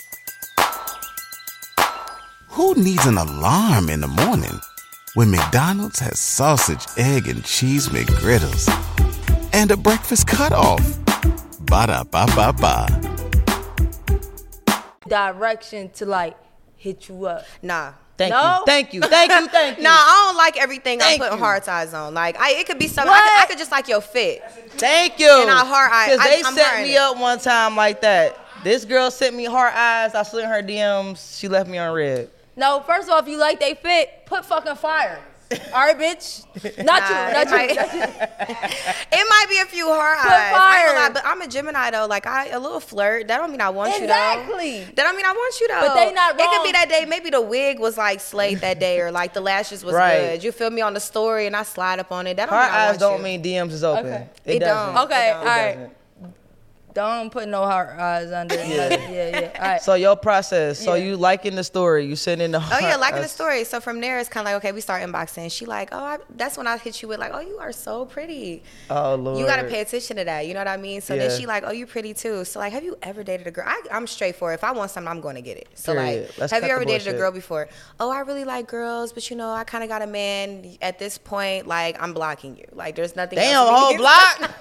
Who needs an alarm in the morning when McDonald's has sausage, egg, and cheese McGriddles and a breakfast cutoff? Ba da ba ba ba. direction to like hit you up. nah. Thank No. you, thank you, thank you, thank you. Nah, I don't like everything Thank I'm putting you. hard ties on. Like, I, it could be something. I could, I What? could just like your fit. Thank you. And I hard eye- Because I- they I'm set hard me eyed. up one time like that. This girl sent me hard eyes. I slid her DMs. She left me on red. No, first of all, if you like they fit, put fucking fire. All right, bitch. Not Nah, you, not it you, might- not you. It might be a few hard Put eyes. I ain't gonna fire. lie, but I'm a Gemini though. Like I a little flirt. That don't mean I want you Exactly. though. That don't mean I want you though. But they not It could wrong. be that day. Maybe the wig was like slayed that day, or like the lashes was Right. good. You feel me on the story, and I slide up on it. That don't Hard mean I eyes want don't you. mean DMs is open. Okay. It, It doesn't. don't. Okay, It all don't. right. Don't put no hard eyes under. Yeah, yeah, yeah. All right. So your process. So Yeah. you liking the story. You sending the. Oh yeah, liking the story. So from there, it's kind of like okay, we start inboxing. She like, oh, I, that's when I hit you with like, oh, you are so pretty. Oh lord. You gotta pay attention to that. You know what I mean? So Yeah. then she like, oh, you pretty too. So like, have you ever dated a girl? I, I'm straightforward. If I want something, I'm going to get it. So Period. like, Let's have cut you the ever dated a bullshit. girl before? Oh, I really like girls, but you know, I kind of got a man. At this point, like, I'm blocking you. Like, there's nothing. Damn, else we whole can- block.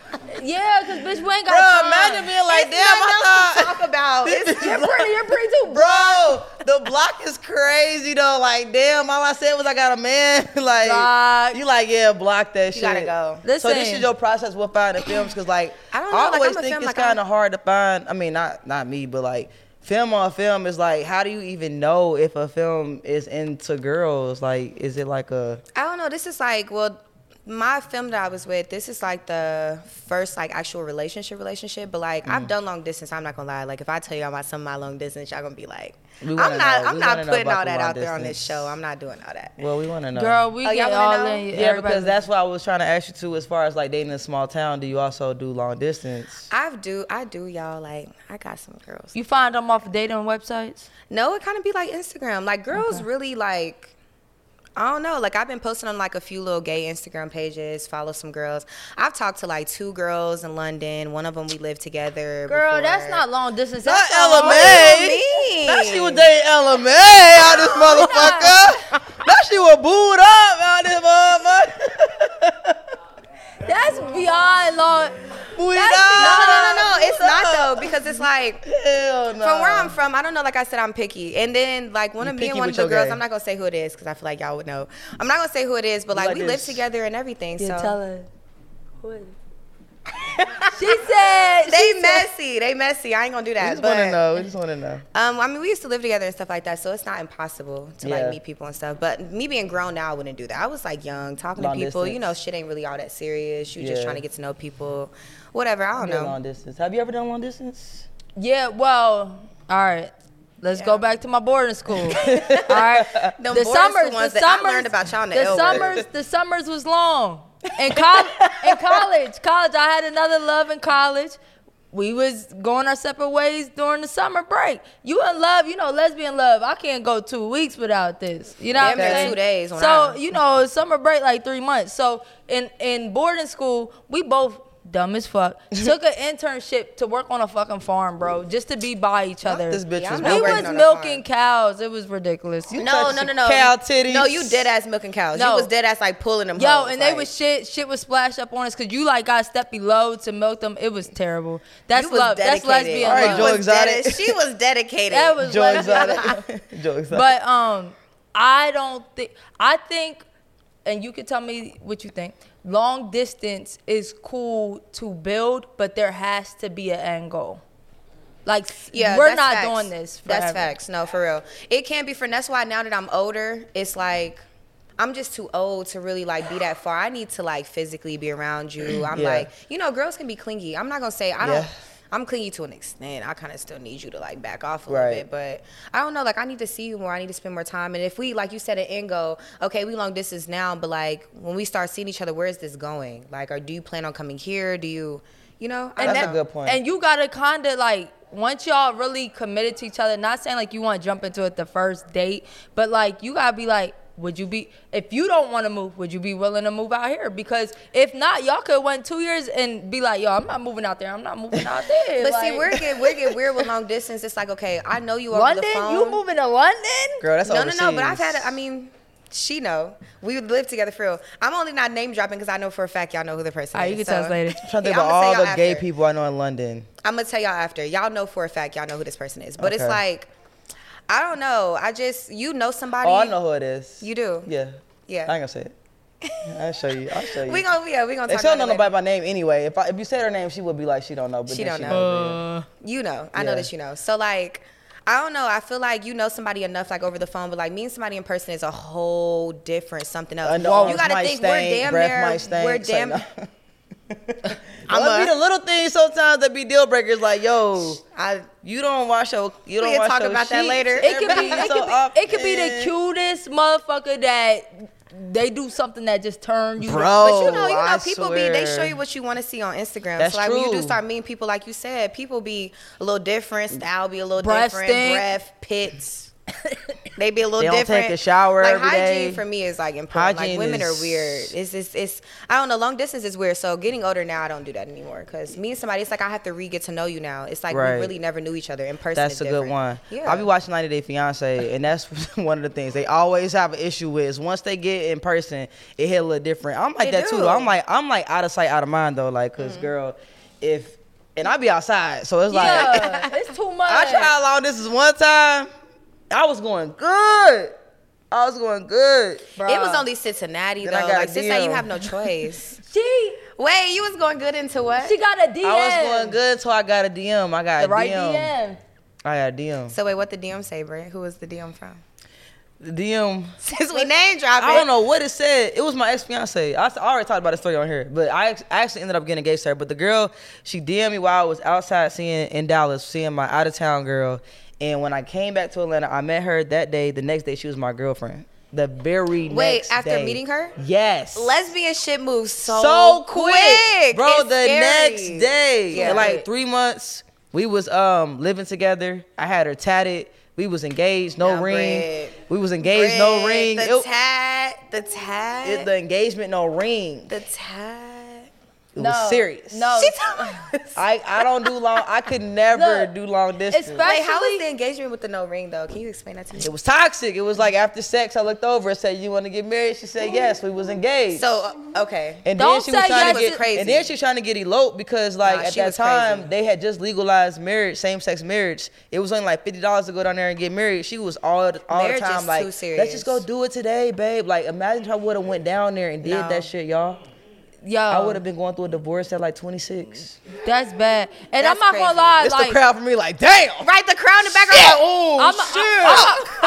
Yeah, cause bitch, we ain't Bro, got time. imagine being like, It's damn, I nothing else to thought. talk about. It's- You're pretty. You're pretty too, bro. Bro, the block is crazy though. Like, damn, all I said was I got a man. like, Block. you like, yeah, block that shit. You gotta go. So this Listen. is your process with finding films, cause like, I don't know, like, always I'm a think film, it's like, I'm- kind of hard to find. I mean, not not me, but like, film on film is like, how do you even know if a film is into girls? Like, is it like a I don't know. This is like, well, my film that I was with, this is like the first like actual relationship relationship. But like Mm. I've done long distance. I'm not gonna lie. Like if I tell y'all about some of my long distance, y'all gonna be like, We I'm wanna not. know. I'm We not wanna know putting about all the that long out there on this distance. show. I'm not doing all that. well, we want to know. Girl, we Oh, y'all get wanna all know? in. yeah, everybody- because that's what I was trying to ask you too. As far as like dating in a small town, do you also do long distance? I do. I do, y'all. Like I got some girls. you find them off dating websites. No, it kind of be like Instagram. Like girls really like. I don't know. Like I've been posting on like a few little gay Instagram pages. Follow some girls. I've talked to like two girls in London. One of them we lived together. Girl, before. that's not long distance. Not That's Ella long- May. mean? Now she was dating Ella May out this motherfucker. now she was booed up out this motherfucker. That's beyond long. booed That's up. No, no, no, no. It's not though because it's like Hell no. from where I'm from. I don't know. Like I said, I'm picky. And then like one You of me picky and one with your of the girls. gay. I'm not gonna say who it is because I feel like y'all would know. I'm not gonna say who it is, but like, like we lived this. together and everything. You so tell her. Who is it? she said they she said- messy. They messy. I ain't gonna do We that. just want to but- know. We just want to know. Um, I mean, we used to live together and stuff like that, so it's not impossible to Yeah. like meet people and stuff. But me being grown now, I wouldn't do that. I was like young, talking Long to people. You know, distance. shit ain't really all that serious. You Yeah. just trying to get to know people, whatever. I don't Did know. Long distance. Have you ever done long distance? Yeah, well, all right. Let's go back to my boarding school. All right. Them boarding school ones that I learned about y'all in the L word. summers, the summers was long. In, col- in college, college, I had another love in college. We was going our separate ways during the summer break. You in love, you know, lesbian love. I can't go two weeks without this. You know what I'm Damn near saying? two days when So I- you know, summer break like three months. So in in boarding school, we both dumb as fuck took an internship to work on a fucking farm, bro, just to be by each other. this bitch Yeah, was I'm not we working was on a milking cows. It was ridiculous. No, no, no, no. No, you dead ass milking cows. No. You was dead ass like pulling them. Yo, hoes, and like, they was shit. Shit was splashed up on us because you like got step below to milk them. It was terrible. That's You was love. That's dedicated. lesbian All right, love. Joe was Exotic. dedi- she was dedicated. That was Joe lesbian. Exotic. Joe Exotic. But um, I don't think. I think, and you can tell me what you think. Long distance is cool to build, but there has to be an end goal. Like s- yeah, we're that's not facts. doing this. That's forever. facts. No, for real. It can't be for. That's why now that I'm older, it's like I'm just too old to really like be that far. I need to like physically be around you. I'm Yeah. like, you know, girls can be clingy. I'm not gonna say I Yeah. don't. I'm clingy to an extent. I kind of still need you to like back off a Right. little bit, but I don't know. Like I need to see you more. I need to spend more time. And if we, like you said, an end goal, okay, we long distance now, but like when we start seeing each other, where is this going? Like, or do you plan on coming here? Do you, you know? I That's don't a know. good point. And you gotta kinda like once y'all really committed to each other, not saying like you wanna jump into it the first date, but like you gotta be like, would you be if you don't wanna move, would you be willing to move out here? Because if not, y'all could went two years and be like, yo, I'm not moving out there, I'm not moving out there. But see, Like, we're getting we're getting weird with long distance. It's like, okay, I know you over London? the phone. You moving to London? Girl, that's no, overseas. no, no. But I've had. a- I mean, she know we lived together for real. I'm only not name dropping because I know for a fact y'all know who the person Alright, is. you can tell us later. I'm trying to think Yeah, about I'ma say all the y'all gay after. people I know in London. I'm gonna tell y'all after. Y'all know for a fact y'all know who this person is. But it's Okay. like, I don't know. I just you know somebody. Oh, I know who it is. You do. Yeah. I Yeah. ain't gonna say it. I'll show you. I'll show you. We gonna yeah we gonna If talk she don't know about nobody it later. by name anyway, if I, if you said her name, she would be like, she don't know. But She then don't she know. know. You know, I know Yeah. that you know. So like, I don't know. I feel like you know somebody enough, like over the phone, but like meeting somebody in person is a whole different something else. And the arms Uh, you gotta might think stink, we're damn breath near, might stink. we're It's damn. Like, no. I'm Well, it be a- the little things sometimes that be deal breakers. Like yo, I you don't wash your you We don't can wash talk your about that sheets. later. It could be, Everybody's it so could up be, it could be the in. cutest motherfucker that they do something that just turn you. Bro. But you know, you know, Oh, I people be they show swear. you what you want to see on Instagram. That's so like when you true. do start meeting people, like you said, people be a little different, style be a little Breath different, stink. breath pits. they be a little They don't different. take a shower Like every hygiene day. for me is like important. Hygiene like women is- are weird. It's, it's it's I don't know. Long distance is weird. So getting older now, I don't do that anymore. Cause me and somebody, it's like I have to re get to know you now. It's like Right. we really never knew each other in person. That's is a good different. one. Yeah. I'll be watching 90 Day Fiance, and that's one of the things they always have an issue with. Is once they get in person, it hit a little different. I'm like It that too. do. Though. I'm like I'm like out of sight, out of mind though. Like, because girl, if and I be outside, so it's like yeah, it's too much. I tried long distance one time. I was going good. I was going good. It was only Cincinnati though. Then I got Like a Cincinnati, you deal. have no choice. She Wait, you was going good into what? she got a DM. I was going good till I got a DM. I got The a right DM. DM. I got a DM. So wait, what the DM say, Brent? Who was the DM from? the DM. Since we name dropping, I don't know what it said. It was my ex fiance. I s- I already talked about the story on here, but I, act- I actually ended up getting engaged to her. But the girl, she DM'd me while I was outside seeing in Dallas, seeing my out of town girl. And when I came back to Atlanta, I met her that day. The next day, she was my girlfriend. The very Wait, next after day. meeting her? Yes. Lesbian shit moves so, so quick, quick, bro. It's the scary. next day, Yeah. like three months, we was um living together. I had her tatted. We was engaged, no Now, ring. Brett. We was engaged, no Brent, ring. The It- tat, the it- tat, the engagement, no ring. the tat. It was serious. No, She told us. I, I don't do long. I could never Look, do long distance. especially- Wait, how was the engagement with the no ring though? Can you explain that to me? it was toxic. It was like after sex, I looked over and said, "You want to get married?" She said, "Yes." We was engaged. So uh, okay, And Don't then she was say trying yes to to- get crazy. And then she was trying to get eloped because like Nah, at she that was time crazy. they had just legalized marriage, same sex marriage. It was only like fifty dollars to go down there and get married. She was all all Marriage the time is like, too serious. let's just go do it today, babe. Like imagine if I would have went down there and did No. Oh. that shit, y'all. yo, I would have been going through a divorce at like twenty six. that's bad. And I'm That's not crazy. gonna lie, It's like the crowd for me like, damn. right? The crowd in the Yeah. background. Oh I'm, shit. I,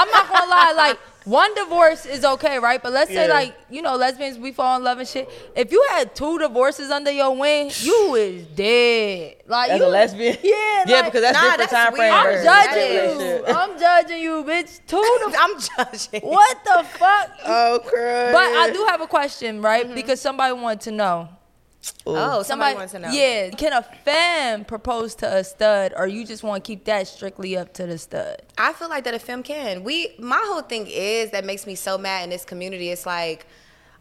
am not gonna lie, like One divorce is okay, right? But let's say Yeah. like you know lesbians, we fall in love and shit. If you had two divorces under your wing, you is dead. Like As you a lesbian? Yeah, Yeah, like- because that's Nah, different that's time frame weird. I'm versus judging relationship. you. I'm judging you, bitch. Two. Di- I'm judging. What the fuck? Oh crap. But I do have a question, right? Mm-hmm. Because somebody wanted to know. Oh, somebody wants to know. Yeah, can a femme propose to a stud, or you just want to keep that strictly up to the stud? I feel like that a femme can. We my whole thing is that makes me so mad in this community. It's like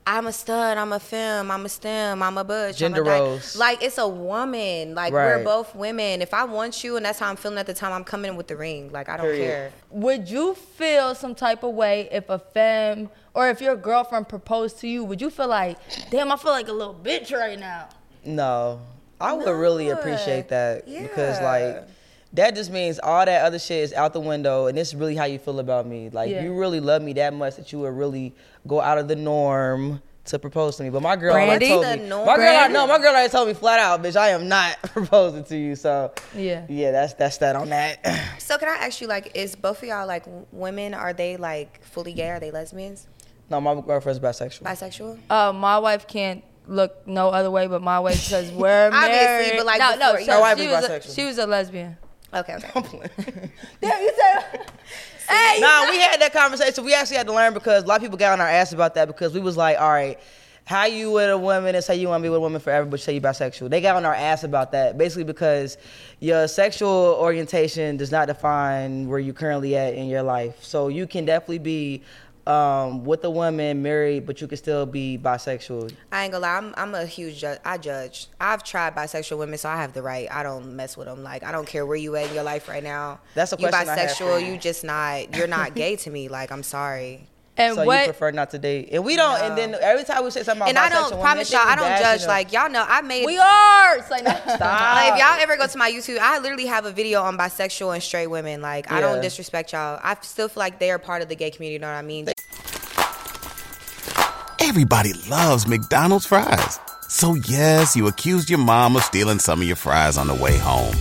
I'm a stud, I'm a femme, I'm a stem, I'm a butch. Gender I'm a dyke. roles. Like it's a woman. Like Right. we're both women. If I want you and that's how I'm feeling at the time, I'm coming with the ring. Like I don't Period. care. Would you feel some type of way if a femme or if your girlfriend proposed to you? Would you feel like, damn, I feel like a little bitch right now? No, I would really appreciate that because like that just means all that other shit is out the window, and this is really how you feel about me. Like Yeah. you really love me that much that you would really go out of the norm. To propose to me, but my girl already Brandy? told The me. norm. My girl, already- Brandy? no, my girl already told me flat out, bitch. I am not proposing to you. So Yeah. yeah, that's that's that on that. So can I ask you like is both of y'all like w- women are they like fully gay? Are they lesbians? No, my girlfriend's bisexual. Bisexual? Uh, my wife can't look no other way but my way because we're Obviously, married. but, like, no, no, before, she, yeah. Her wife she is was a, bisexual. she was a lesbian. Okay, okay. Damn, you said. hey, nah, we had that conversation. We actually had to learn because a lot of people got on our ass about that because we was like, all right, how you with a woman and say you want to be with a woman forever, but you say you bisexual. They got on our ass about that basically because your sexual orientation does not define where you're currently at in your life. So you can definitely be um, with a woman married, but you can still be bisexual. I ain't gonna lie, I'm, I'm a huge judge. I judge. I've tried bisexual women, so I have the right. I don't mess with them. Like I don't care where you at in your life right now. That's a you question I have for bisexual. you. you. just not. You're not gay to me. Like I'm sorry. And so you prefer not to date, and we don't. And then every time we say something about And I don't bisexual women, promise they think y'all. I we don't bashing judge. them. Like y'all know, I made. we are. It's like, Like, if y'all ever go to my YouTube, I literally have a video on bisexual and straight women. Like I Yeah. don't disrespect y'all. I still feel like they are part of the gay community. You know what I mean? Everybody loves McDonald's fries. So yes, you accused your mom of stealing some of your fries on the way home.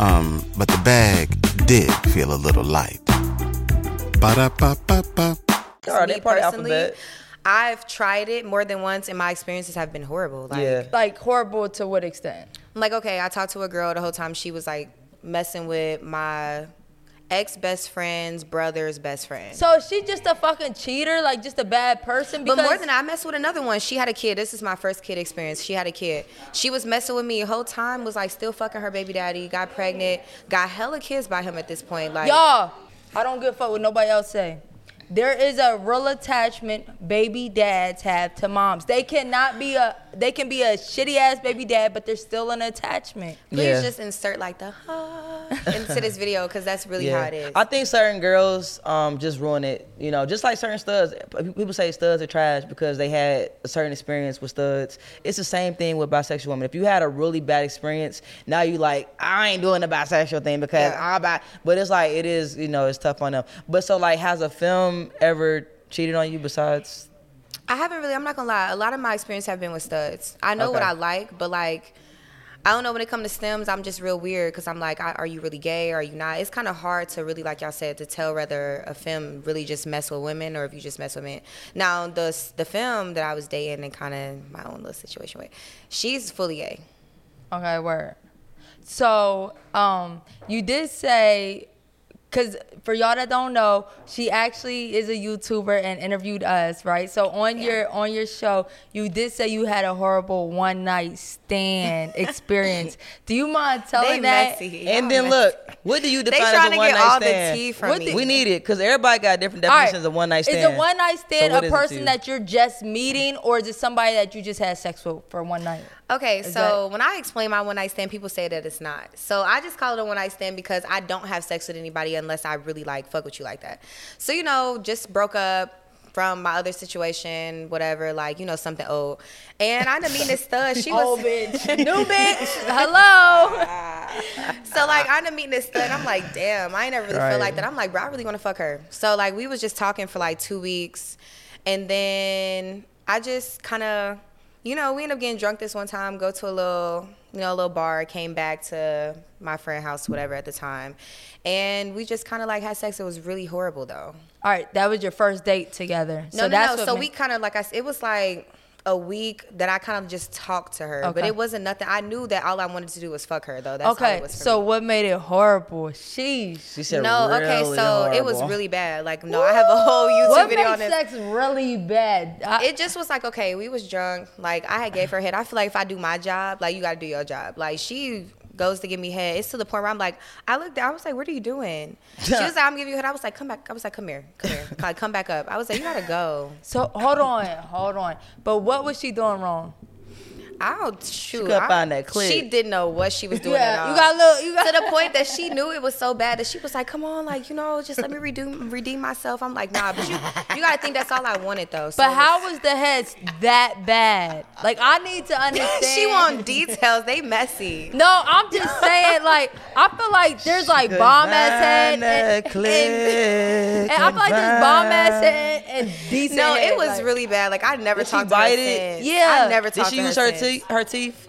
Um, but the bag did feel a little light. Ba-da-ba-ba-ba. Girl, they me part of personally, alphabet. I've tried it more than once, and my experiences have been horrible. Like, Yeah. like horrible to what extent? I'm like, okay, I talked to a girl the whole time. She was like messing with my ex best friend's brother's best friend. So is she just a fucking cheater, like just a bad person. but Because more than that, I messed with another one. She had a kid. This is my first kid experience. She had a kid. She was messing with me the whole time, was like still fucking her baby daddy, got pregnant, got hella kids by him at this point. Like y'all, I don't give a fuck what nobody else say. There is a real attachment baby dads have to moms. They cannot be a they can be a shitty ass baby dad, but they're still an attachment. please just insert like the ah into this video because that's really how it is. I think certain girls um, just ruin it. You know, just like certain studs. p- People say studs are trash because they had a certain experience with studs. It's the same thing with bisexual women. If you had a really bad experience, now you like, I ain't doing the bisexual thing because I'm bi. But it's like, it is, you know, it's tough on them. But so, like, has a film ever cheated on you besides? I haven't really. I'm not gonna lie. A lot of my experience have been with studs. I know what Okay. I like, but like, I don't know when it comes to stems. I'm just real weird because I'm like, I, are you really gay? Are you not? It's kind of hard to really, like y'all said, to tell whether a femme really just mess with women or if you just mess with men. Now the s- the femme that I was dating and kind of my own little situation with, she's fully gay. Okay, word. So, um, you did say, because for y'all that don't know, she actually is a YouTuber and interviewed us, right? So on your on your show, you did say you had a horrible one night stand experience. Do you mind telling They that? messy. Oh, And then look, what do you They define trying as to a one get night all the stand? tea from What me. the- We need it because everybody got different All right. definitions of one night stand. Is a one night stand So what a is it to person you? that you're just meeting, or is it somebody that you just had sex with for one night? Okay, Is so when I explain my one night stand, people say that it's not. So I just call it a one night stand because I don't have sex with anybody unless I really like fuck with you like that. So you know, just broke up from my other situation, whatever, like you know something old, and I done mean this stud. She was Old bitch. New bitch. Hello. so like I done meeting this stud. I'm like, damn, I ain't never really Right. feel like that. I'm like, bro, I really want to fuck her. So like we was just talking for like two weeks, and then I just kind of. you know, we ended up getting drunk this one time, go to a little, you know, a little bar, came back to my friend house, whatever at the time. And we just kind of like had sex. It was really horrible though. All right, that was your first date together. No, so no, that's no. what So ma- we kind of like I s- it was like a week that I kind of just talked to her, but Okay. it wasn't nothing. I knew that all I wanted to do was fuck her though. That's all okay. it was for So what made it horrible? Sheesh. She no, okay, so it was really bad. Like, no, I have a whole YouTube what video made on this. sex really bad? it just was like, okay, we was drunk. Like, I had gave her head. I feel like if I do my job, like, you got to do your job. Like, she goes to give me head. It's to the point where I'm like, I looked, I was like, what are you doing? She was like, I'm giving you head. I was like, come back. I was like, come here, come here. Like, come back up. I was like, you got to go. So hold on, hold on. But what was she doing wrong? I'll shoot. couldn't I- find that She clit. didn't know what she was doing Yeah, at all. you got a little- you got- to the point that she knew it was so bad that she was like, "Come on, like you know, just let me redeem redeem myself." I'm like, "Nah, but you you gotta think that's all I wanted though." So But how was the heads that bad? Like I need to understand. she want details? They messy. No, I'm just saying. Like I feel like there's like bomb ass head, and, and, and I feel like there's bomb ass head and decent. No, head, it was like- really bad. Like I never Did she talked bite to her it? since. Yeah. I never Did talked she to her use her since. teeth- her teeth?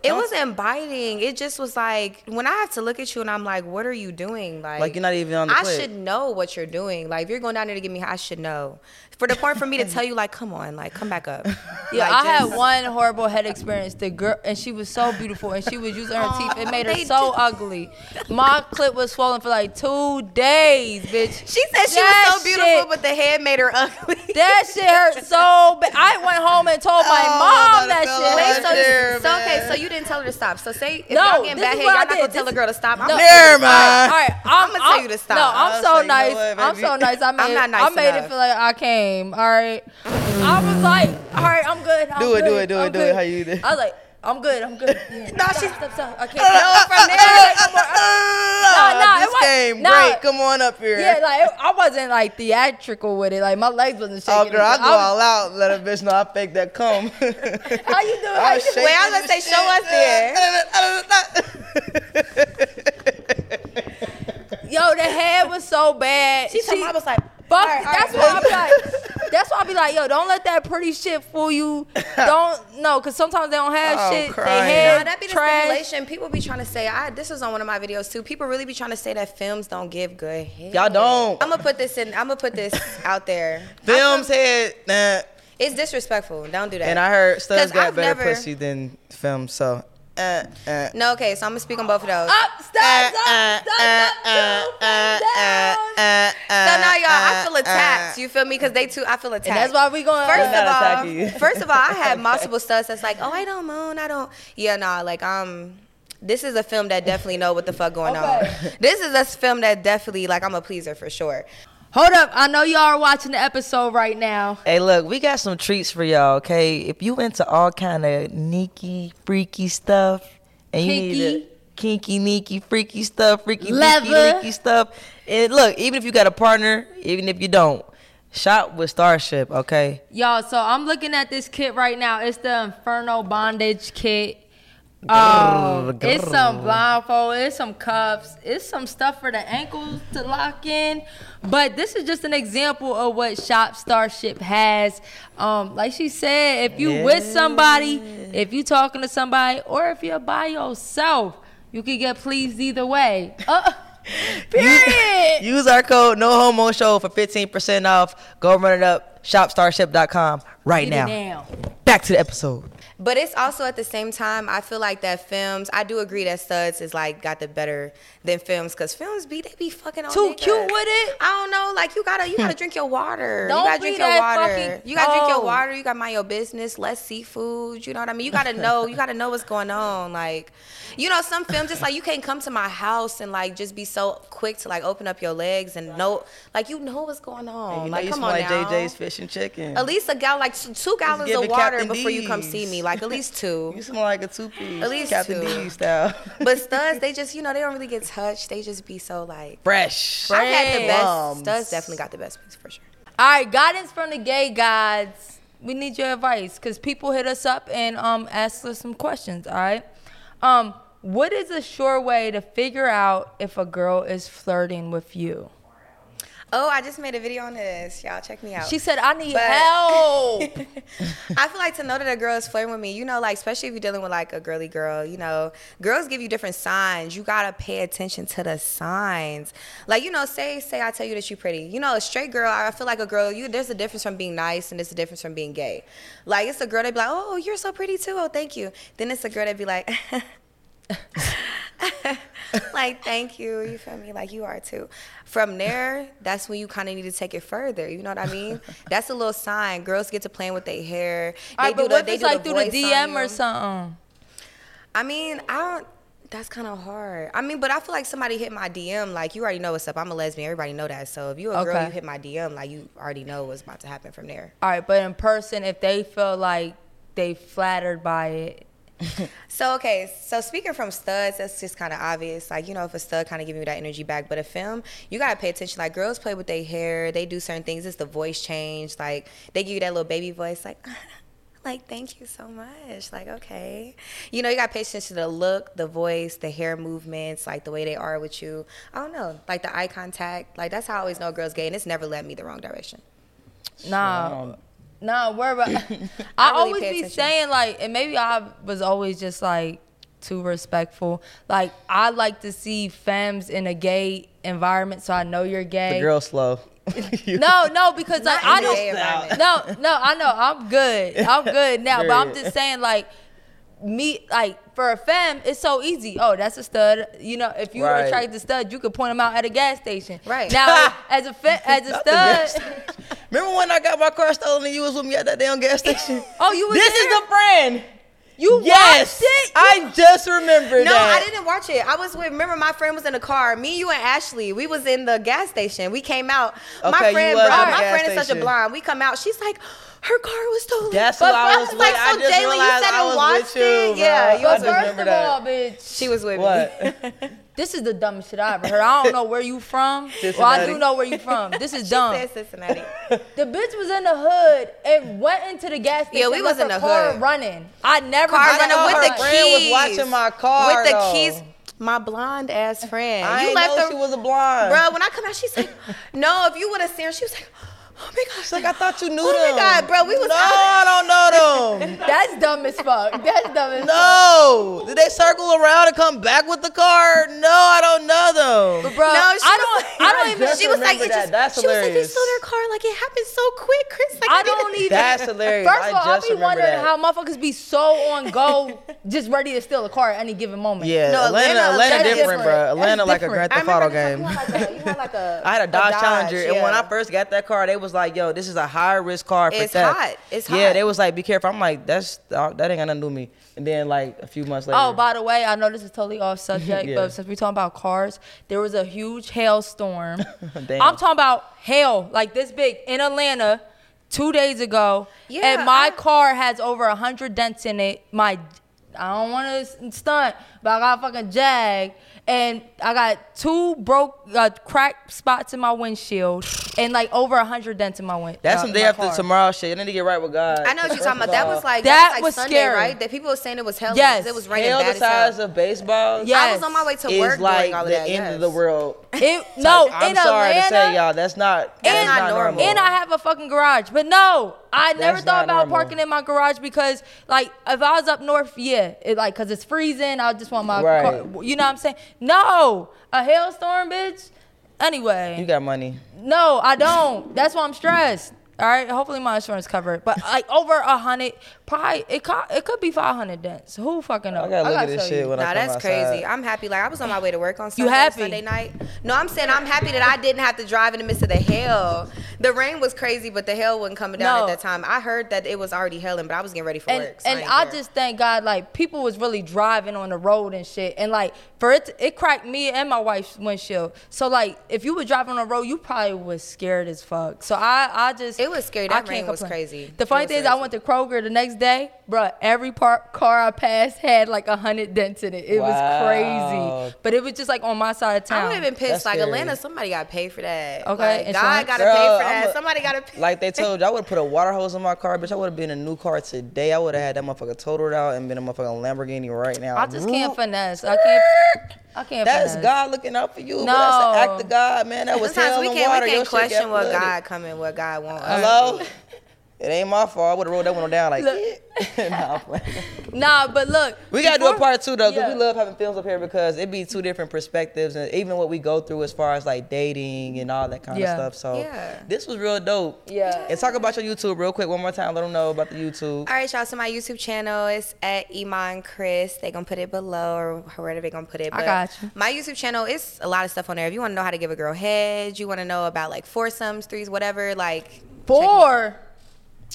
It wasn't biting. It just was like when I have to look at you and I'm like, "What are you doing?" Like, Like, you're not even on the I clip. should know what you're doing. Like if you're going down there to get me, I should know. For the point for me to tell you, like, "Come on, like come back up." Yeah, Like, I just- had one horrible head experience. The girl, and she was so beautiful, and she was using her teeth. It made her they so ugly. My clit was swollen for like two days, bitch. She said she was so beautiful, but the head made her ugly. That shit hurt so bad. I went home and told my Oh, mom that feel shit. like hurt so- there, so, Okay, so you didn't tell her to stop. So say if No, y'all getting this back is here, what y'all I not did. gonna This tell a is- girl to stop. I'm No. gonna Never mind. All right, I'm, I'm gonna tell you to stop. No, I'm I'll so say, you know nice. what, I'm baby? so nice. I made, I'm not nice I made it enough. feel like I came. All right, I was like, all right, I'm good. I'm Do it, do good, it, do it, I'm do it. good. How you did? I was like, I'm good. I'm good. Yeah. Nah, stop, she's- stop, stop. I can't. Uh, from there. I'm like, No, no, it this wa- game no. break. Come on up here. Yeah, like it- I wasn't like theatrical with it. Like my legs wasn't shaking. oh, girl, I and go shit. I was- all out. Let a bitch know I faked that comb. How you doing? I How you was doing? shaking Wait, I was gonna and say, show us shit. there. Yo, the head was so bad. She told me, I was like, Fuck, all right, all that's right. why I'm like, that's why I be like, yo, don't let that pretty shit fool you. Don't no, cause sometimes they don't have Oh, shit. crying. They head Nah, that be the trash. stimulation. People be trying to say, I this was on one of my videos too. People really be trying to say that films don't give good head. Y'all don't. I'm gonna put this in. I'm gonna put this out there. Film said that, It's disrespectful. Don't do that. and I heard Stubbs 'Cause got I've better never- pussy than film. So, uh, uh. No, okay. So I'm gonna speak on both of those. Up, stop, uh, stop, stop, stop, stop, down. uh, So now, y'all, I feel attacked. You feel me? Because they too, I feel attacked. And that's why we going First not of attacking you. all, first of all, I had multiple studs that's like, oh, I don't moan, I don't. Yeah, nah, like um, this is a film that definitely know what the fuck going Okay. on. This is a film that definitely like I'm a pleaser for sure. Hold up, I know y'all are watching the episode right now. Hey, look, we got some treats for y'all. Okay, if you into all kind of neaky, freaky stuff, and you need a kinky, neaky, freaky stuff, freaky, leaky, Leather. leaky stuff, and look, even if you got a partner, even if you don't, shop with Starship. Okay, Y'all, so I'm looking at this kit right now. It's the Inferno Bondage kit. Um, it's some blindfold, it's some cuffs, it's some stuff for the ankles to lock in. But this is just an example of what Shop Starship has. Um, like she said, if you with somebody, if you talking to somebody, or if you're by yourself, you can get pleased either way. Uh, period. use our code No Homo Show for fifteen percent off. Go run it up. ShopStarship.com right Get it now. down. Back to the episode. But it's also at the same time, I feel like that films. I do agree that studs is like got the better than films because films be they be fucking on Too niggas. cute with it? I don't know. Like you gotta you gotta drink your water. Don't you gotta be drink your that water. fucking- you gotta drink Oh. your water. You gotta mind your business. Less seafood. You know what I mean? You gotta know. You gotta know what's going on. Like you know some films just like you can't come to my house and like just be so quick to like open up your legs and know like you know what's going on. you know Oh, like you come smell on like now. JJ's fish and chicken. At least a gal like two, two gallons give of it water Captain before you come D's. see me. Like at least two. you smell like a two piece. At least Captain two. D style. But studs, they just, you know, they don't really get touched. They just be so like. fresh. I've had the best. Bums. Studs definitely got the best piece for sure. All right, guidance from the gay gods. We need your advice because people hit us up and um ask us some questions. All right, um, what is a sure way to figure out if a girl is flirting with you? Oh, I just made a video on this. Y'all check me out. She said, I need But- help. I feel like to know that a girl is flirting with me, you know, like especially if you're dealing with like a girly girl, you know, girls give you different signs. You gotta pay attention to the signs. Like you know, say say I tell you that you're pretty. You know, a straight girl, I feel like a girl. You there's a difference from being nice and there's a difference from being gay. Like it's a girl that be like, oh, you're so pretty too. Oh, thank you. Then it's a girl that be like. like thank you you feel me like you are too from there that's when you kind of need to take it further you know what i mean that's a little sign girls get to playing with their hair All right, do but the- what if they it's do the like through the voice on DM or you. something? i mean i don't that's kind of hard i mean but i feel like somebody hit my dm like you already know what's up i'm a lesbian everybody know that so if you a girl Okay. you hit my dm like you already know what's about to happen from there All right, but in person, if they feel like they flattered by it, So okay, so speaking from studs, that's just kind of obvious. Like you know, if a stud kind of giving you that energy back, but a film, you gotta pay attention. Like girls play with their hair, they do certain things. It's the voice change. Like they give you that little baby voice, like. Like, thank you so much. Like, okay. You know, you got patience to the look, the voice, the hair movements, like the way they are with you. I don't know. Like the eye contact. Like, that's how I always know a girl's gay, and it's never led me the wrong direction. nah, nah, where about? I, I really always pay be attention. saying like, and maybe I was always just like too respectful. Like I like to see femmes in a gay environment, so I know you're gay. The girl's slow. No, no, because like Not I in this day don't. No, no, I know. I'm good. I'm good now. but I'm Period. just saying, like me, like for a femme, it's so easy. Oh, that's a stud. You know, if you Right. attract a stud, you could point them out at a gas station. Right now, as a fe- as a Not the gas stud, Remember when I got my car stolen and you was with me at that damn gas station? oh, you was this is the friend. You yes, watched it? I just remembered No, that. I didn't watch it. I was with. Remember, my friend was in the car. Me, you, and Ashley. We was in the gas station. We came out. Okay, my you friend, was bro, at the my gas friend is such station. a blonde. We come out. She's like, her car was stolen. That's who But I was with. like, I so just Jalen, you realized sat I and was watched with you, it? bro. Yeah, you I just was with her. remember first of that. all, bitch, She was with me. What? this is the dumbest shit I ever heard. I don't know where you from. well, I Cincinnati. do know where you from. This is She dumb. said Cincinnati. The bitch was in the hood and went into the gas station. Yeah, we left was in her the car hood. running. I never Car got running her with the running. friend was keys. watching my car, with the though. keys. My blonde ass friend. I you ain't left know her, she was a blonde. bro. When I come out, she's like, no. If you would have seen her, she was like, oh my god. She's like, I thought you knew Oh my them. God, bro, we was No, out. I don't know them. That's dumb as fuck. That's dumb as fuck. No. Did they circle around and come back with the car? No, I don't know them. Bro, No, she I was don't. like- I don't even. just She was like, remember it that. just. That's she was like, they hilarious. stole their car. Like it happened so quick, Chris. Like I don't even. That's hilarious. First of I all, I just be remember wondering that. how motherfuckers be so on go, just ready to steal a car at any given moment. Yeah, No, Atlanta, Atlanta- Atlanta, Atlanta different, different. bro. That's Atlanta like a different. Grand Theft Auto game. I remember you had like a- I had a Dodge, Dodge, Challenger, and when yeah. I first got that car, they was like, "Yo, this is a high risk car for It's theft." hot. It's Yeah, hot. they was like, "Be careful." I'm like, "That's uh, that ain't got nothing to do with me." And then like a few months later, Oh, by the way, I know this is totally off subject, Yeah. but since we're talking about cars, there was a huge hailstorm. Damn. I'm talking about hail, like this big in Atlanta two days ago. Yeah, and my I- car has over a 100 dents in it. My, I don't want to stunt, but I got a fucking Jag. And I got two broke, uh, crack spots in my windshield, and like over a hundred dents in my windshield. that's some day after tomorrow shit. You need to get right with God. I know what you're talking about. That was like That that was like was Sunday, scary. right? That people were saying it was hell. Yes. Yes, it was raining Hell bad the as hell. size of baseball. Yeah. I was on my way to is work like doing all of the that. end yes. of the world. It, no, I'm in sorry Atlanta, to say, y'all, that's not that's And- not normal. And I have a fucking garage. But no, I never That's thought not about normal. parking in my garage because, like, if I was up north, yeah, it, like, because it's freezing, I just want my Right. car. You know what I'm saying? No, a hailstorm, bitch. you Anyway, got money. no, I don't. That's why I'm stressed. All right, hopefully my insurance covered, but like over a hundred, probably it co- it could be five hundred dents. Who fucking knows? I gotta look at gotta this show shit you. when I Nah, come that's outside. crazy. I'm happy. Like I was on my way to work on Sunday, happy? Sunday night. No, I'm saying I'm happy that I didn't have to drive in the midst of the hail. The rain was crazy, but the hail wasn't coming down No. at that time. I heard that it was already hailing, but I was getting ready for and, work. so and ain't I care. just thank God, like people was really driving on the road and shit, and like for it, it cracked me and my wife's windshield. So like, if you were driving on the road, you probably was scared as fuck. So I, I just It was scary. I That rain was crazy. The It funny was thing is, I crazy. went to Kroger the next next day, bruh, every par- car I passed had like a hundred dents in it. It Wow. was crazy, but it was just like on my side of I town. would have been pissed. like Atlanta, somebody got paid for that. Okay, like, God insurance? got to Girl, pay for I'm that. a- somebody got to. Like they told you, I would have put a water hose in my car, bitch. I would have been in a new car today. I would have had that motherfucker totaled out and been a motherfucking Lamborghini right now. I just can't finesse. I can't. I can't. That's finesse. God looking out for you. but No, that's an act of God, man. That was Sometimes hell we and can't, water. we Your can't shit got question what flooded. God coming, what God wants. Hello? It ain't my fault. I would have rolled that window down like. nah, but look, we gotta do a part two though, 'cause yeah. we love having films up here because it be two different perspectives and even what we go through as far as like dating and all that kind Yeah. of stuff. So Yeah. this was real dope. Yeah. And talk about your YouTube real quick one more time. Let them know about the YouTube. All right, y'all. So my YouTube channel is at Iman Chris. They gonna put it below or wherever they gonna put it. I got you. My YouTube channel is a lot of stuff on there. If you wanna know how to give a girl head, you wanna know about like foursomes, threes, whatever. Like four.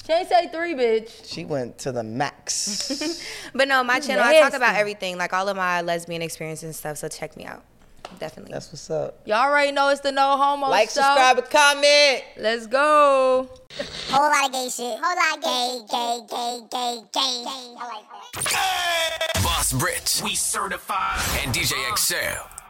She ain't say three, bitch. She went to the max. But no, my You channel. I talk nasty. about everything, like all of my lesbian experiences and stuff. So check me out. Definitely. That's what's up. Y'all already know it's the no homo Like, show. subscribe, and comment. Let's go. Whole lot of gay shit. Whole lot of gay, gay, gay, gay, gay. I like that. Boss Brit. We certified. And DJ XL.